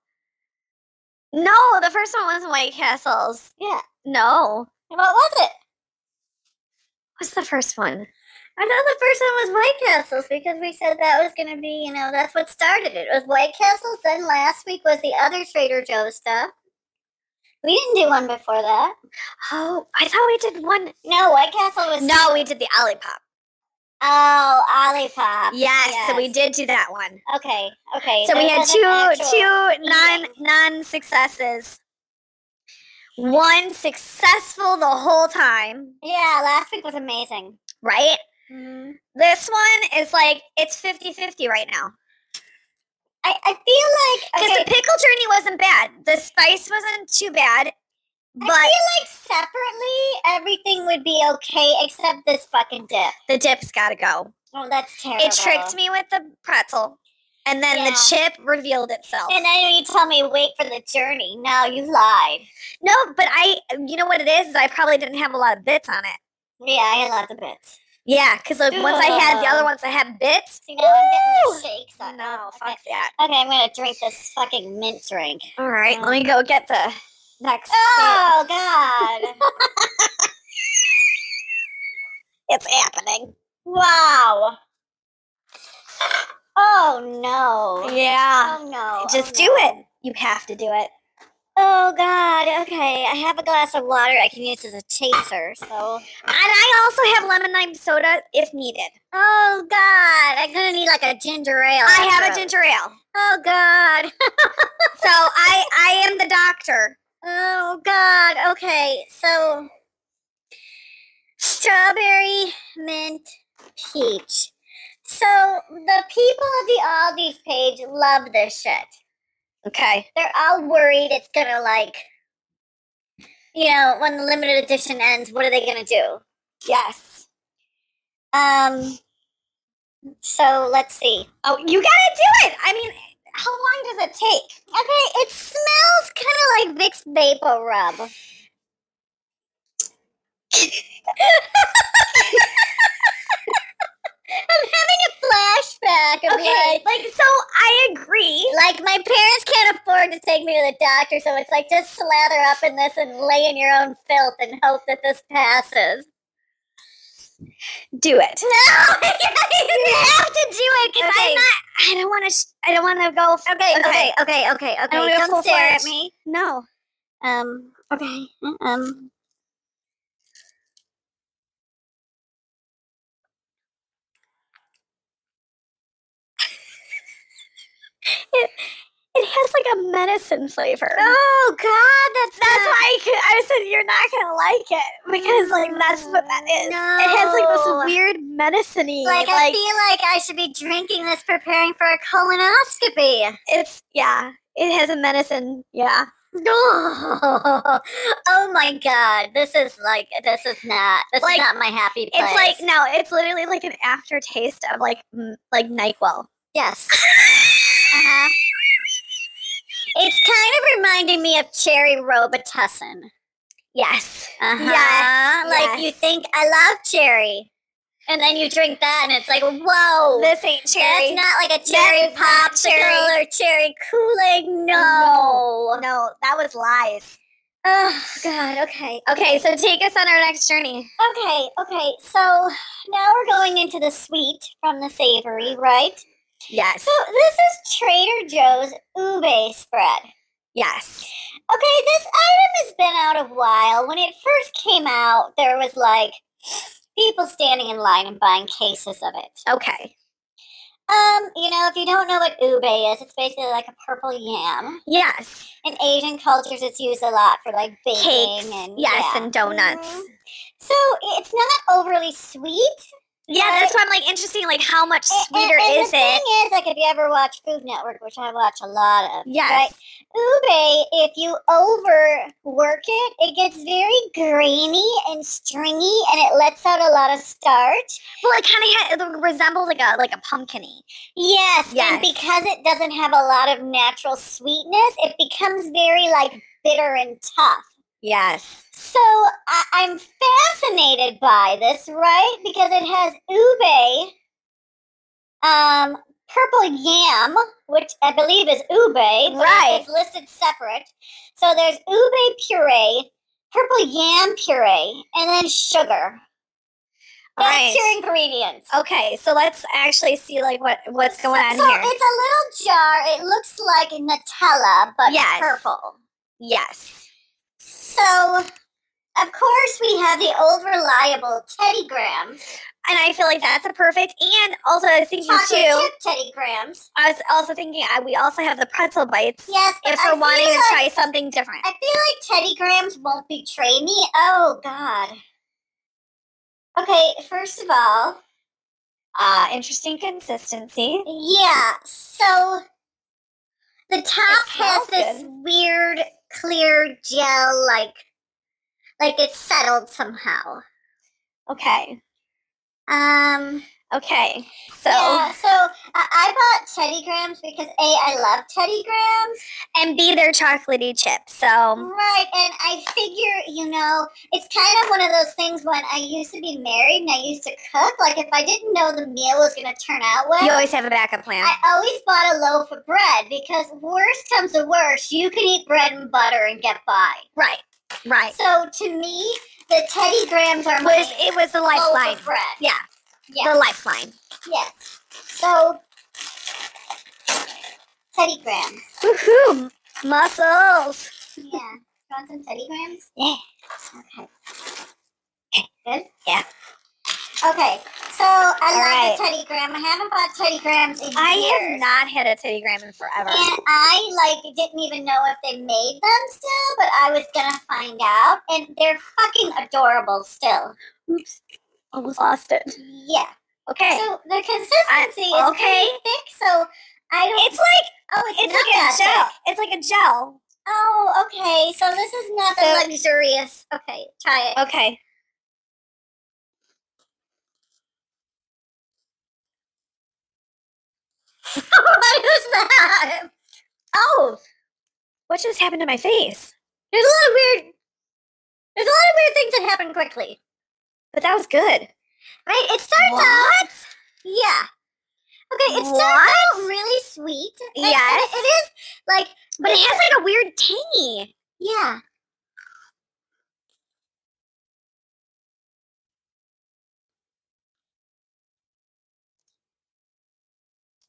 No, the first one was White Castles. Yeah. No. What was it? What's the first one? I thought the first one was White Castle's because we said that was going to be, you know, that's what started it. It was White Castle's, then last week was the other Trader Joe's stuff. We didn't do one before that. Oh, I thought we did one. No, White Castle was. No, we did the Olipop. Oh, Olipop. Yes, so we Yes. did do that one. Okay, okay. So we there had was an two actual- two non eating. non successes. One successful the whole time, Yeah, last week was amazing. right? Mm-hmm. This one is like it's 50-50 right now. I, I feel Cuz like. Okay, the pickle journey wasn't bad. The spice wasn't too bad. I But feel like separately everything would be okay except this fucking dip. the dip's got to go. Oh, that's terrible. It tricked me with the pretzel and then the chip revealed itself. And then you tell me wait for the journey. No, you lied. no, but I you know what it is? is I probably didn't have a lot of bits on it. Yeah, I had lots of bits. Yeah, cuz like once I had the other Ugh. ones I had bits. See now I'm Woo! getting the shakes on. No, Okay. fuck that. Okay, I'm gonna drink this fucking mint drink. All right, let me go get the next. bit. Oh God! It's happening. wow. Oh no. Yeah. Oh no. Just oh, do no. it. You have to do it. Oh God. Okay, I have a glass of water I can use as a chaser. So. And I also have lemon lime soda if needed. Oh God, I'm gonna need like a ginger ale. I have a after it. ginger ale. Oh God. So I I am the doctor. Oh God. Okay, so strawberry mint peach. So the people of the Aldi's page love this shit. Okay. They're all worried it's gonna like, you know, when the limited edition ends, what are they gonna do? Yes. Um. So let's see. Oh, you gotta do it. I mean, how long does it take? Okay, it smells kind of like Vicks Vapor Rub. like my parents can't afford to take me to the doctor, so it's like just slather up in this and lay in your own filth and hope that this passes. Do it. No, you have to do it because Okay. I'm not. I don't want to. Sh- I don't want to go. F- Okay, okay, Okay. okay, okay, okay. wanna go full Don't stare at fledged. me. no. Um. Okay. Um. It has like a medicine flavor. Oh God, that's That's why I, could, I said you're not gonna like it because like that's what that is. It has like No. this weird medicine-y, Like, like, I feel like I should be drinking this, preparing for a colonoscopy. it's yeah. It has a medicine, yeah. Oh, oh my God, this is like this is not this Like, is not my happy place. It's like no, it's literally like an aftertaste of like m- like Nyquil. yes. uh-huh. It's kind of reminding me of cherry robitussin. Yes. Uh-huh. Like you yes. think I love cherry, and then you drink that, and it's like whoa. This ain't cherry. That's not like a cherry is not popsicle cherry. or cherry Kool-Aid. No. No. no, that was lies. Oh God. Okay. Okay, so take us on our next journey. Okay, okay. So now we're going into the sweet from the savory, right? Yes. So this is Trader Joe's ube spread. Yes. Okay, this item has been out a while. When it first came out, there was like people standing in line and buying cases of it. Okay. Um, you know, if you don't know what ube is, it's basically like a purple yam. Yes. In Asian cultures, it's used a lot for like baking Cakes. and yes, yeah. and donuts. Mhm. So it's not overly sweet. Yeah, But- that's why I'm like interesting. Like, how much A- a- sweeter and is the thing it? is, like, if you ever watch Food Network, which I watch a lot of, Yes. ube, if you overwork it, it gets very grainy and stringy, and it lets out a lot of starch. Well, it kind of ha- it resembles like a like a pumpkiny. Yes, Yes. and because it doesn't have a lot of natural sweetness, it becomes very like bitter and tough. Yes. So I- I'm fascinated by this, right? Because it has ube, um, purple yam, which I believe is ube. but Right. It's listed separate. So there's ube puree, purple yam puree, and then sugar. All That's right. your ingredients. Okay, so let's actually see like what Oh, what's going on so here. it's a little jar. It looks like Nutella, but Yes. purple. Yes. So, of course, we have the old reliable Teddy Grahams. And I feel like that's a perfect. And also, I was thinking chocolate too. chip Teddy Grahams. I was also thinking I, we also have the pretzel bites. Yes, but If I we're wanting feel to like, try something different. I feel like Teddy Grahams won't betray me. Oh God. Okay, first of all, Uh, interesting consistency. yeah. So the top has smells this weird clear gel, like like it's settled somehow. Okay. Um. Okay. So yeah. So I, I bought Teddy Grahams because a I love Teddy Grahams. and B, they're chocolatey chips. So Right, and I figure, you know, it's kind of one of those things when I used to be married and I used to cook. Like, if I didn't know the meal was going to turn out well, you always have a backup plan. I always bought a loaf of bread because, worst comes to worst, you can eat bread and butter and get by. right. Right. So, to me, the Teddy Grahams are my was it was the loaf lifeline. of bread. Yeah, Oh, Yeah, the lifeline. yes. So, Teddy Grahams. Woohoo! Muscles. Yeah. You want some Teddy Grahams? Yeah. Okay. Good? Yeah. Okay. So I All love right. the Teddy Graham. I haven't bought Teddy Grahams in I have years. not had a Teddy Graham in forever. And I like didn't even know if they made them still, but I was gonna find out. And they're fucking adorable still. Almost lost it. Yeah. Okay. So the consistency is okay. pretty thick, so I don't it's like oh it's, it's not that like a gel. thick. It's like a gel. Oh, okay. So this is not the So- luxurious okay, try it. Okay. what is that? Oh, what just happened to my face? There's a lot of weird. There's a lot of weird things that happen quickly, But that was good. right? It starts out. Yeah. Okay, it starts out really sweet. and- and Yes. it is like, But it has like a weird tangy. yeah.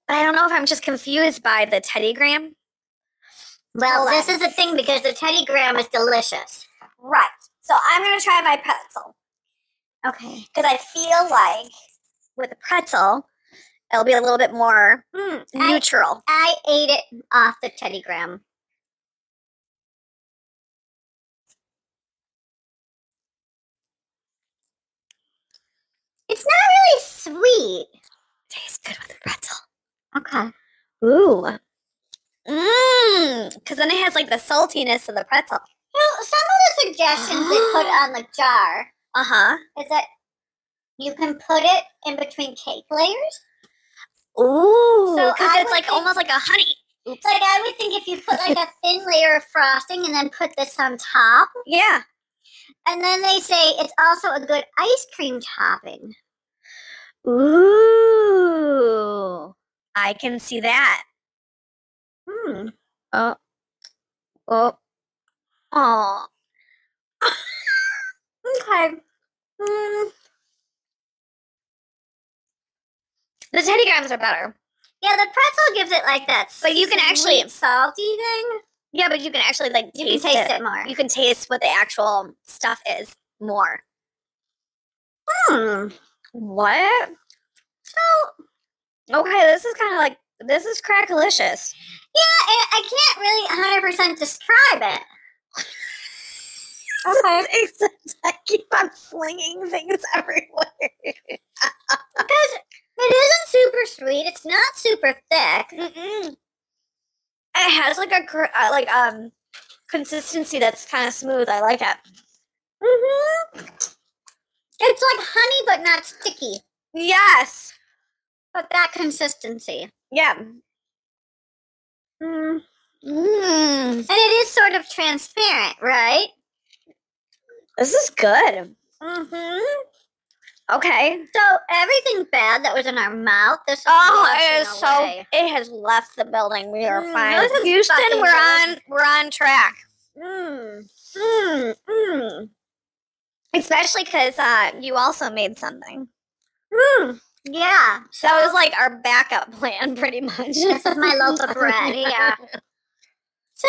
But I don't know if I'm just confused by the Teddy Graham. Well, Hold this on. is the thing because the Teddy Graham is delicious. Right. So I'm gonna try my pretzel Okay. because I feel like with a pretzel, it'll be a little bit more Mm, I, neutral. I ate it off the Teddy Graham. It's not really sweet. Tastes good with a pretzel. Okay. Ooh. Mmm. Because then it has like the saltiness of the pretzel. Well, some of the suggestions they put on the jar Uh huh. is that you can put it in between cake layers. Ooh. So Because I it's would like think- almost like a honey. It's like I would think if you put like a thin layer of frosting and then put this on top, Yeah. and then they say it's also a good ice cream topping. Ooh. I can see that. Hmm. Oh. Oh. Oh. Okay. Hmm. The Teddy Grahams are better. Yeah, the pretzel gives it like that. But you can actually- sweet, salty thing. Yeah, but you can actually like You can taste, taste it. it, more. You can taste what the actual stuff is more. Hmm. What? So Okay, this is kind of like this is crackalicious. Yeah, I, I can't really 100% describe it. Okay. Except I keep on flinging things everywhere. Because it isn't super sweet. It's not super thick. Mm-mm. It has like a cr- uh, like um consistency that's kind of smooth. I like it. Mm-hmm. It's like honey, but not sticky. Yes. But that consistency. Yeah. Mm. Mm. And it is sort of transparent, right? This is good. Mm-hmm. Okay. So everything bad that was in our mouth, this is Oh, washing it is so. away. It has left the building. We are Mm, fine. this is Houston, fucking we're on. We're on track. Mm. Mm. Mm. Especially because uh, you also made something. Mm. Yeah. So that was like our backup plan, pretty much. This is my loaf of bread. Yeah. So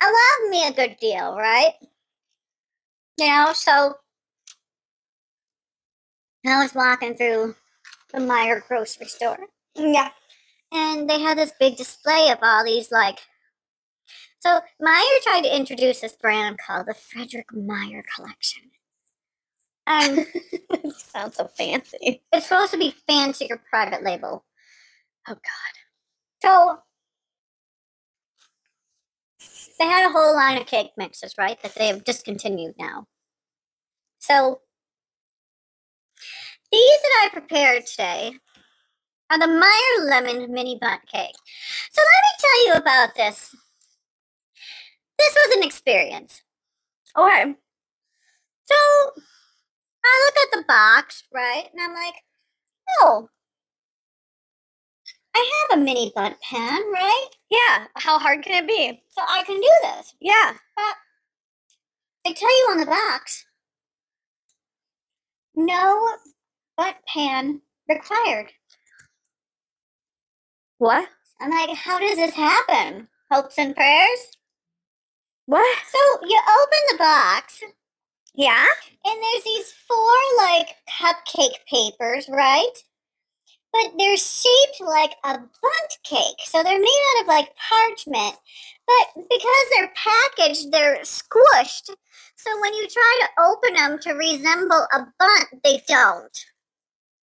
I love me a good deal, right? You know, so I was walking through the Meyer grocery store yeah. and they had this big display of all these like so Meyer tried to introduce this brand called the Frederick Meyer collection. And Sounds so fancy. it's supposed to be fancy or private label. Oh, God. So they had a whole line of cake mixes, right? That they have discontinued now. So these that I prepared today are the Meyer Lemon Mini Bundt Cake. So let me tell you about this. This was an experience. Okay. So I look at the box, right? And I'm like, oh, I have a mini butt pen, right? Yeah. How hard can it be? So I can do this. Yeah. They tell you on the box no butt pan required. What? I'm like, how does this happen? Hopes and prayers? What? So you open the box, Yeah. and there's these four like cupcake papers, right? But they're shaped like a bundt cake, so they're made out of like parchment. But because they're packaged, they're squished. So when you try to open them to resemble a bunt, they don't.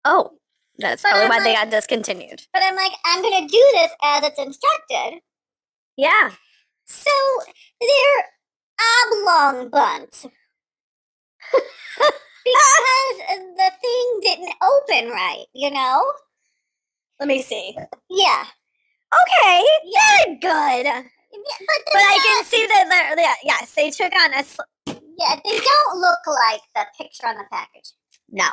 Oh, that's But probably I'm why they got discontinued. But I'm like, I'm gonna do this as it's instructed. Yeah. So they're oblong bunts. because the thing didn't open right, you know? Let me see. Yeah. Okay. Very good. Yeah, but But I can see that they're, yeah, yes, they took on a. Sl- yeah, they don't look like the picture on the package. no.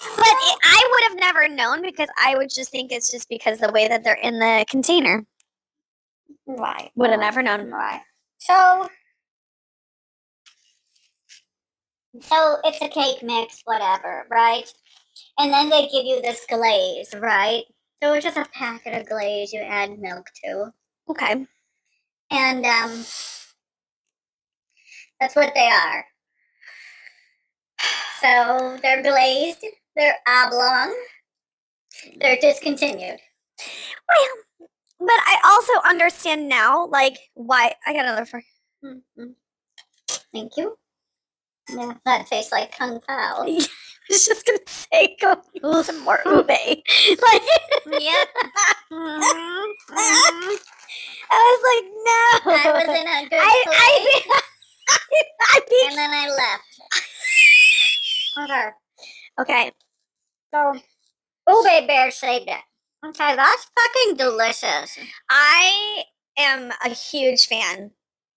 But it, I would have never known because I would just think it's just because the way that they're in the container. Right. Would have right, never known. Right. So. So it's a cake mix, whatever, right? And then they give you this glaze, right? So it's just a packet of glaze you add milk to. Okay. And um that's what they are. So they're glazed, they're oblong, they're discontinued. Well, but I also understand now, like, why. I got another fr- Mhm. Thank you. Yeah, that tastes like kung pao. I was just gonna say, go eat some more ube. Like, yep. I was like, no. I was in a good I, place, I, I think. and then I left. okay. Okay. So, Ube Oh, Bear saved it. Okay, that's fucking delicious. I am a huge fan.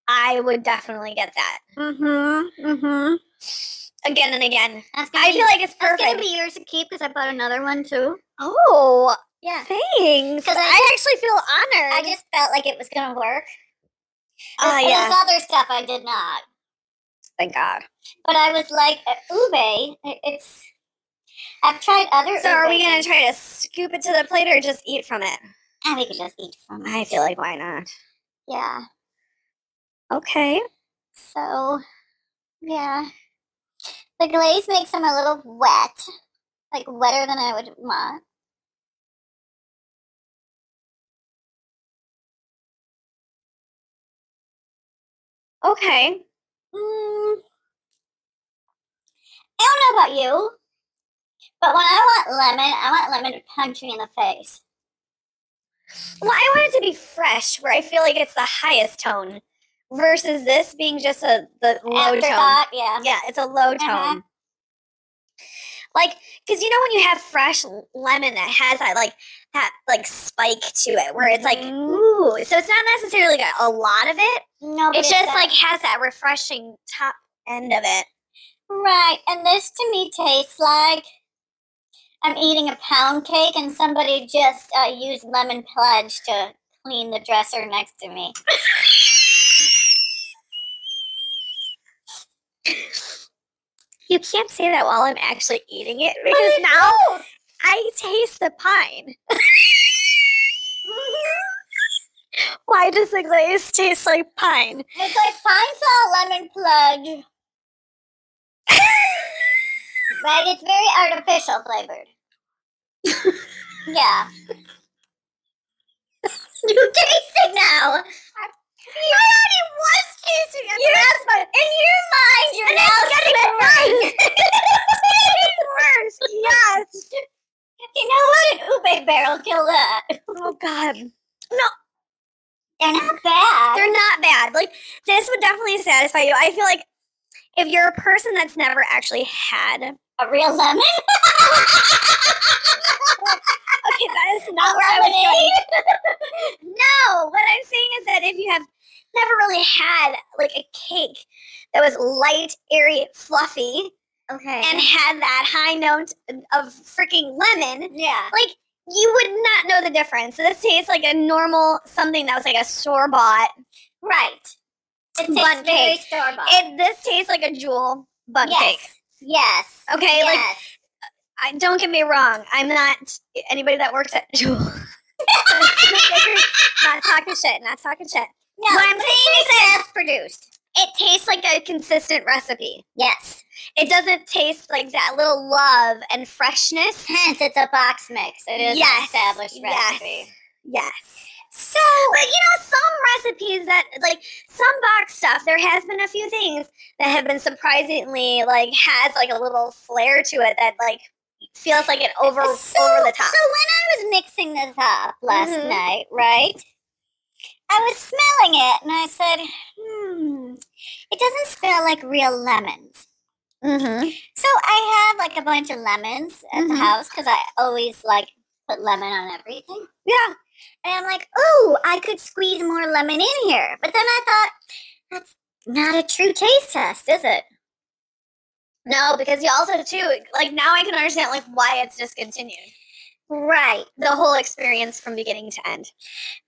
I would definitely get that Mm-hmm. Mm-hmm. again and again. That's gonna I be, feel like it's that's gonna perfect. be yours to keep because I bought another one too. oh, Yeah. thanks. 'Cause I I actually feel honored. I just felt like it was gonna work. Ah, This- yeah. this other stuff I did not. Thank God. But I was like, uh, ube, it- it's. I've tried other. So, are ube we gonna things, try to scoop it to the plate or just eat from it? And we can just eat from it. I feel like why not? Yeah. Okay. So, yeah. The glaze makes them a little wet, like wetter than I would want. Okay. Mm. I don't know about you, but when I want lemon, I want lemon to punch me in the face. Well, I want it to be fresh, where I feel like it's the highest tone, versus this being just a the low tone. Afterthought, yeah. Yeah, it's a low Uh-huh. tone. Like, because you know when you have fresh l- lemon that has that like that like spike to it, where it's like Mhm. ooh. So it's not necessarily like a, a lot of it. No, but It just that- like has that refreshing top end of it. right. And this to me tastes like I'm eating a pound cake, and somebody just uh, used lemon pledge to clean the dresser next to me. You can't say that while I'm actually eating it because now I taste the pine. Why does the glaze taste like pine? It's like pine salt lemon pledge, right? It's very artificial flavored. yeah. you taste it now. I already was tasting it. You're- That's my, in your mind, you're And now it's getting worse. it's getting worse. Yes. You know what? An ube barrel kill that. Oh God. They're not bad. They're not bad. Like this would definitely satisfy you. I feel like if you're a person that's never actually had okay, a real lemon. that is not where I was going. No, what I'm saying is that if you have never really had like a cake that was light, airy, fluffy, Okay. and had that high note of freaking lemon, yeah. like you would not know the difference. This tastes like a normal something that was like a store bought. Right. It tastes Bun very cake. store bought. It this tastes like a jewel bun yes. cake. Yes. Okay, yes. like I, don't get me wrong. I'm not anybody that works at Jewel. not talking shit. Not talking shit. no, what I'm but saying is it's that- mass produced. It tastes like a consistent recipe. Yes. It doesn't taste like that little love and freshness. Hence, it's a box mix. It is Yes, an established yes. recipe. Yes. So, like, you know, some recipes that, like, some box stuff, there has been a few things that have been surprisingly, like, has, like, a little flair to it that, like, feels like it over, So- over the top. So when I was mixing this up last Mhm. night, right? I was smelling it and I said, hmm, it doesn't smell like real lemons. Mm-hmm. So I have like a bunch of lemons at the Mhm. house because I always like put lemon on everything. Yeah. And I'm like, oh, I could squeeze more lemon in here. But then I thought, that's not a true taste test, is it? No, because you also too like now I can understand like why it's discontinued. Right. The whole experience from beginning to end.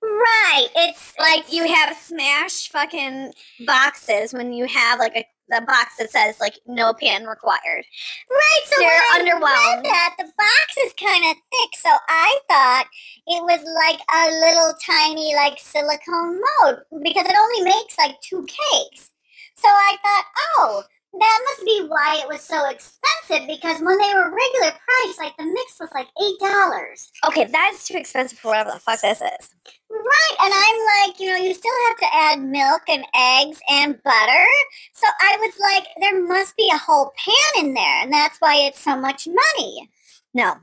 Right. It's Like you have smash fucking boxes when you have like a the box that says like no pan required. right. So They're when I underwhelmed. read that the box is kind of thick, so I thought it was like a little tiny like silicone mold because it only makes like two cakes. So I thought, oh, that must be why it was so expensive because when they were regular price, like the mix was like eight dollars. Okay, that's too expensive for whatever the fuck this is. Right, and I'm like, you know, you still have to add milk and eggs and butter. So I was like, there must be a whole pan in there, and that's why it's so much money. No.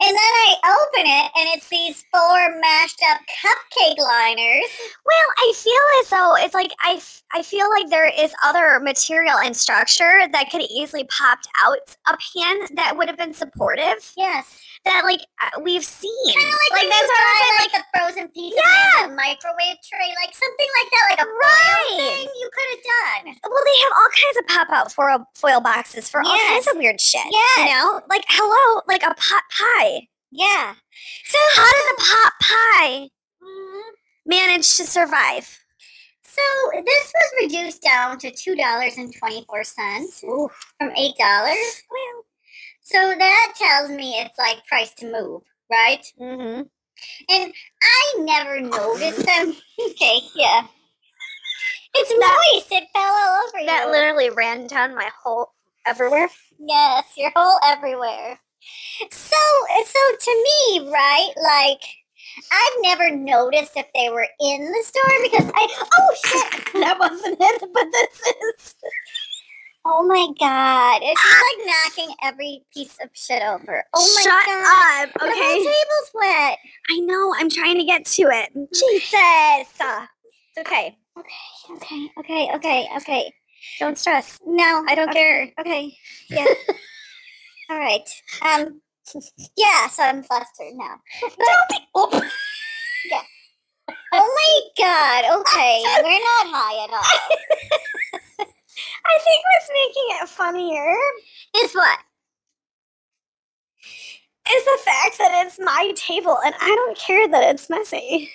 And then I open it, and it's these four mashed up cupcake liners. Well, I feel as though it's like I, f- I feel like there is other material and structure that could easily popped out a pan that would have been supportive Yes, that like uh, we've seen. kind of like, like that's what I said, I like like, a frozen pizza yeah. in a microwave tray, like something like that, like a right. Right. thing you could have done. Well, they have all kinds of pop out foil, foil boxes for all Yes. kinds of weird shit. You Yes. know, like hello, like a pot pie. Yeah. So How did the pot pie Mhm. manage to survive? So this was reduced down to two dollars and twenty four cents from eight dollars. Well, so that tells me it's like price to move, right? Mm-hmm. And I never noticed them. okay, yeah. It's moist. It fell all over That you. literally ran down my whole everywhere. yes, your whole everywhere. So, so to me, right? Like, I've never noticed if they were in the store because I. Oh shit! that wasn't it, but this is. Oh my god. It's just like knocking every piece of shit over. Oh my Shut god. up. The whole Okay. table's wet. I know. I'm trying to get to it. Jesus. It's okay. Okay, okay, okay, okay. Don't stress. No, I don't okay, care. Okay. Yeah. All right. Um yeah, so I'm flustered now. Don't be. Oh my god. Okay. We're not high at all. I think what's making it funnier Is what? is the fact that it's my table and I don't care that it's messy.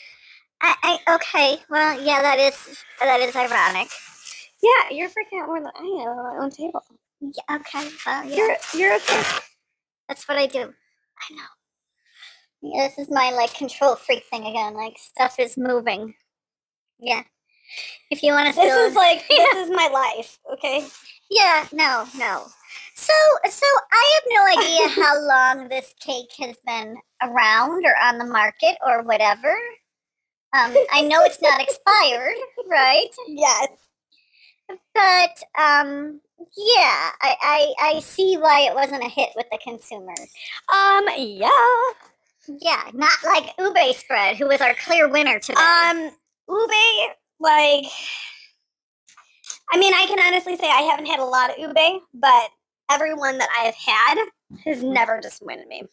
I, I okay. Well, yeah, that is that is ironic. Yeah, you're freaking out more than I am on my own table. Yeah, okay. Well, yeah. You're you're okay. That's what I do. I know. Yeah, this is my like control freak thing again. Like stuff is moving. Yeah. If you want to This still is like this is my life, okay? Yeah, no, no. So so I have no idea how long this cake has been around or on the market or whatever. Um, I know it's not expired, right? Yes. But um yeah, I, I I see why it wasn't a hit with the consumers. Um yeah. Yeah, not like Ube Spread, who was our clear winner today. Um ube like I mean, I can honestly say I haven't had a lot of ube, but everyone that I have had has never disappointed me.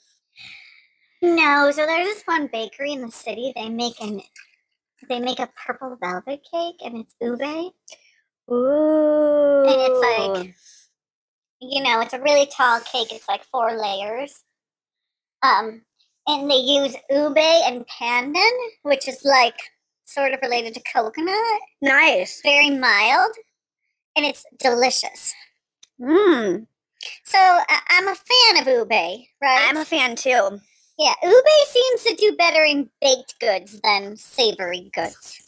no, so there's this one bakery in the city. They make an they make a purple velvet cake, and it's ube. Ooh. And it's like you know, it's a really tall cake. It's like four layers. Um, and they use ube and pandan, which is like sort of related to coconut. nice. Very mild, and it's delicious. Mm. So I- I'm a fan of ube, right? I'm a fan too. Yeah, ube seems to do better in baked goods than savory goods.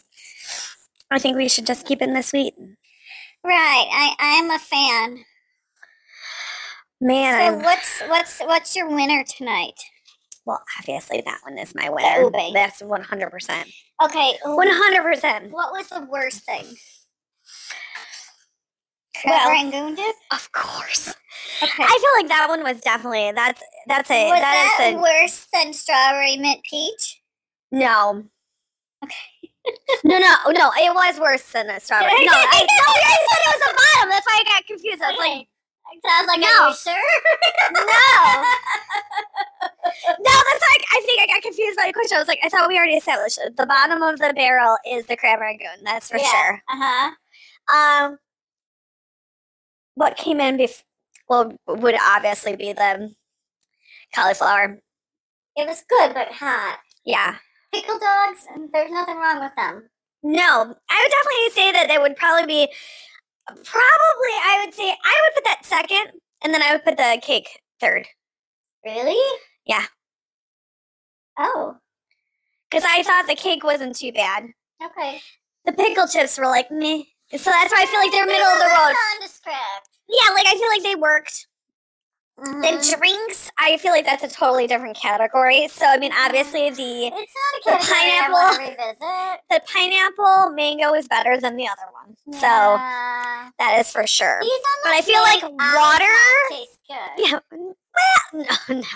I think we should just keep it in the sweet. Right, I I'm a fan. Man, So I'm- what's what's what's your winner tonight? well, obviously that one is my winner. ube. That's 100%. Okay, wh- 100%. what was the worst thing? Well- Trevor and Gundip? Of course. Okay. I feel like that one was definitely that's that's a was that that is a worse than strawberry mint peach? no. Okay. no, no, oh, no. It was worse than a strawberry. No, I, no, I said it was the bottom. That's why I got confused. I was like, Sounds like No. are you sure? no. No, that's like I think I got confused by the question. I was like, I thought we already established it. the bottom of the barrel is the crab rangoon. That's for Yeah. uh-huh. sure. Uh huh. Um, what came in before? well, would obviously be the cauliflower. It was good but hot. Yeah. Pickle dogs, there's nothing wrong with them. No, I would definitely say that they would probably be, probably, I would say, I would put that second, and then I would put the cake third. Really? Yeah. Oh, Because I thought the cake wasn't too bad. okay. The pickle chips were like meh. So that's why I feel like they're middle of the road. Yeah, like I feel like they worked. The drinks, I feel like that's a totally different category. So I mean, obviously the it's not a the category pineapple. I wanna revisit. the pineapple mango is better than the other one. So Yeah. that is for sure. These but I almost feel like make water- avocado Taste good. Yeah. Well, no, no.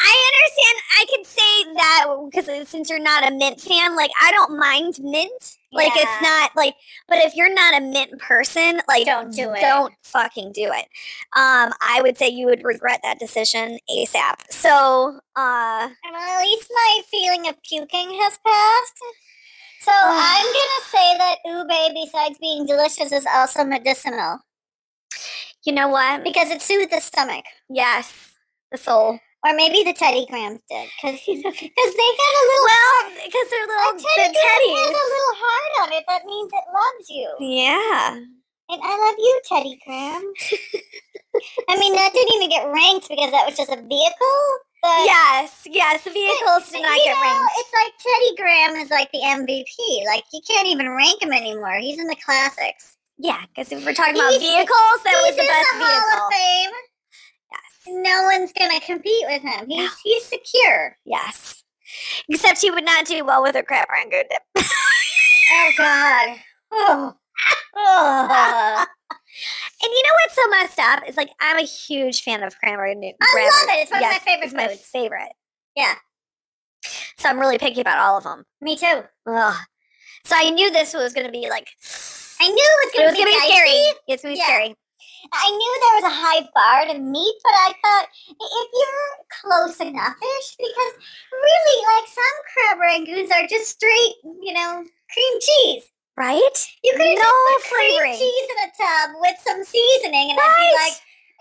I understand. I could say that because since you're not a mint fan, like I don't mind mint. Like Yeah. it's not like, but if you're not a mint person, like Don't do it. Don't fucking do it. Um, I would say you would regret that decision asap. So, uh, Well, at least my feeling of puking has passed. So I'm gonna say that ube, besides being delicious, is also medicinal you know what? because it soothed the stomach, Yes, the soul. or maybe the Teddy Grahams did, because they got a little Well, because they're A little teddy the bear has teddies. a little heart on it. That means it loves you. Yeah. And I love you, Teddy Graham. I mean, that didn't even get ranked because that was just a vehicle. But Yes. Yes. The vehicles you did not get know, ranked. It's like Teddy Graham is like the MVP. Like you can't even rank him anymore. He's in the classics. Yeah, because if we're talking about He's- vehicles, that was He's the in best the Hall vehicle. of Fame. No one's gonna compete with him. He's he's secure. Yes. Except he would not do well with a crab rango dip. Oh God. Oh. oh. And you know what's so messed up? It's like I'm a huge fan of cranberry new. I cranberry- love it. It's one of my favorite It's my foods. favorite. Yeah. So I'm really picky about all of them. Me too. Ugh. So I knew this was going to be like, I knew it was it gonna was be, going to be dicey. scary. It's going to be Yeah. scary. I knew there was a high bar to meet, but I thought if you're close enough-ish, because really, like some crab rangoons are just straight, you know, cream cheese. Right? You could No just put flavoring. cream cheese in a tub with some seasoning, and I'd be Right. like,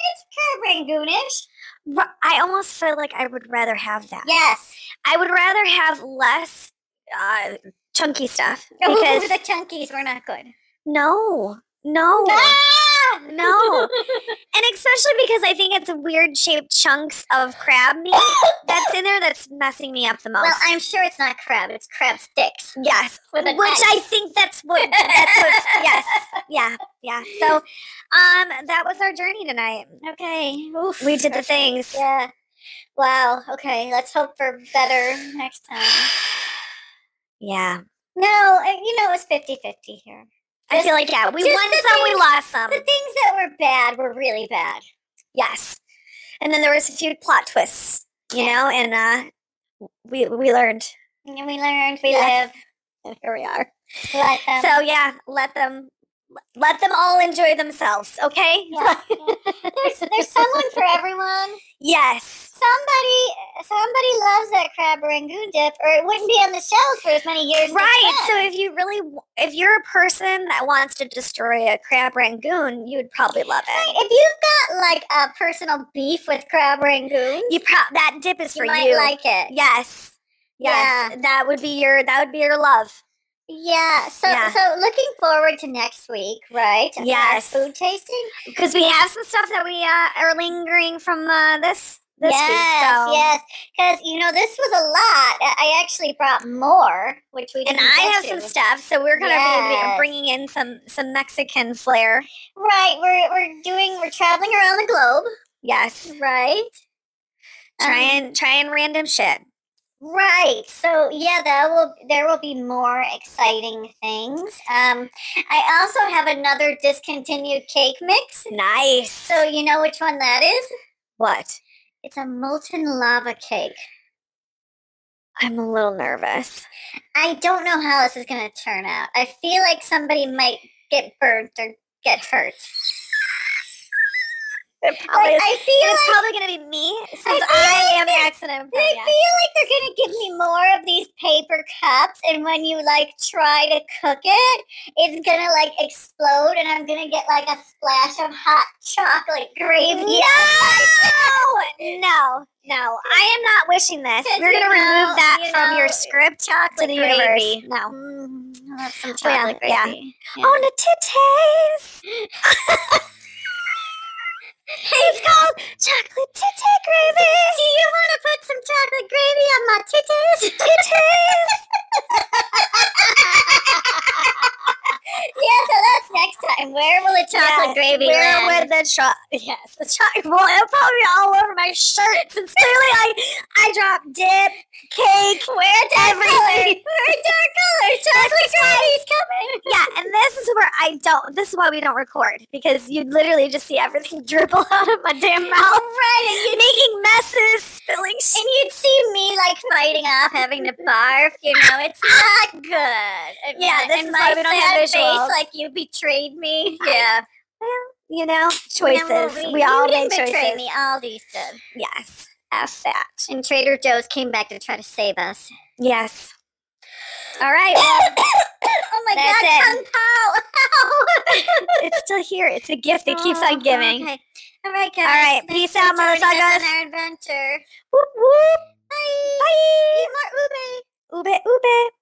it's crab rangoonish. Ru- I almost feel like I would rather have that. Yes, I would rather have less uh, chunky stuff because because the chunkies were not good. no, no. Ah! No. And especially because I think it's weird shaped chunks of crab meat that's in there that's messing me up the most. well, I'm sure it's not crab; it's crab sticks. yes. with Which an I think that's what that's what yes. Yeah. Yeah. So um that was our journey tonight. Okay. Oof. We did the things. Yeah. Wow. Okay. Let's hope for better next time. Yeah. No, uh, you know, it was 50 50 here. I feel like yeah, we just won the some, we things- lost some. The things that were bad were really bad. Yes. And then there was a few plot twists, you know, and uh we we learned. And we learned, we Yes. And here we are. live. Let them. So yeah, let them let them all enjoy themselves, okay? Yeah, yeah. There's, there's someone for everyone. yes. Somebody somebody loves that crab rangoon dip, or it wouldn't be on the shelf for as many years. as it's Right. So been. if you really w- if you're a person that wants to destroy a crab rangoon, you would probably love Right, it. if you've got like a personal beef with crab rangoon, You pro- that dip is you for might you. like it. yes. Yes. That would be your that would be your love. Yeah. So Yeah. so looking forward to next week, right? Our Yes. Food tasting. Because we have some stuff that we uh, are lingering from uh, this this yes, week. So. yes. Because you know this was a lot. I- I actually brought more, which we And didn't I get have to. some stuff, so we're gonna be Yes. be bringing in some some Mexican flair. Right. We're we're doing. We're traveling around the globe. Yes, Right. try Um, and try and random shit. Right. So yeah, that will there will be more exciting things. Um, I also have another discontinued cake mix. Nice. So you know which one that is? What? It's a molten lava cake. I'm a little nervous. I don't know how this is going to turn out. I feel like somebody might get burnt or get hurt. It probably is. Like, I feel It's like probably gonna be me since feel I, like am they're- accident They prone. feel like they're gonna give me more of these paper cups, and when you like try to cook it, it's gonna like explode, and I'm gonna get like a splash of hot chocolate gravy. No, no, no. I am not wishing this. 'Cause We're you gonna know- remove that you from your know, script to chocolate the gravy. universe. No. Mm, I love some Well, chocolate yeah. gravy. Oh, Yeah. On the titties. it's called chocolate titty gravy. Do you want to put some chocolate gravy on my titties? Titties. yeah, so that's next time. Where will the Yes, chocolate gravy Where would land? the chocolate? Yes, the chocolate. Well, it'll probably be all over my shirt since clearly I I dropped dip, cake, Where dark everything. color? Where dark color? Chocolate gravy's coming. yeah, and this is where I don't. This is why we don't record because you'd literally just see everything dribble out of my damn mouth, Right, and you making messes, spilling shit. and you'd see me like fighting off, having to barf. You know, it's not good. And Yeah, my- this and is my why we don't sad have visuals. face, like you betrayed me. Yeah, You know, You know, choices. we all you make didn't betray choices. me. Aldi's did. Yes, f that. And Trader Joe's came back to try to save us. Yes. All right. oh my That's it. God, Kung Pao. Oh, it's still here. It's a gift that keeps on giving. Okay. All right, guys. right, Thanks peace for out, joining us motherfuckers. On our adventure. Whoop, whoop. Bye. Bye. Eat more ube. Ube, ube.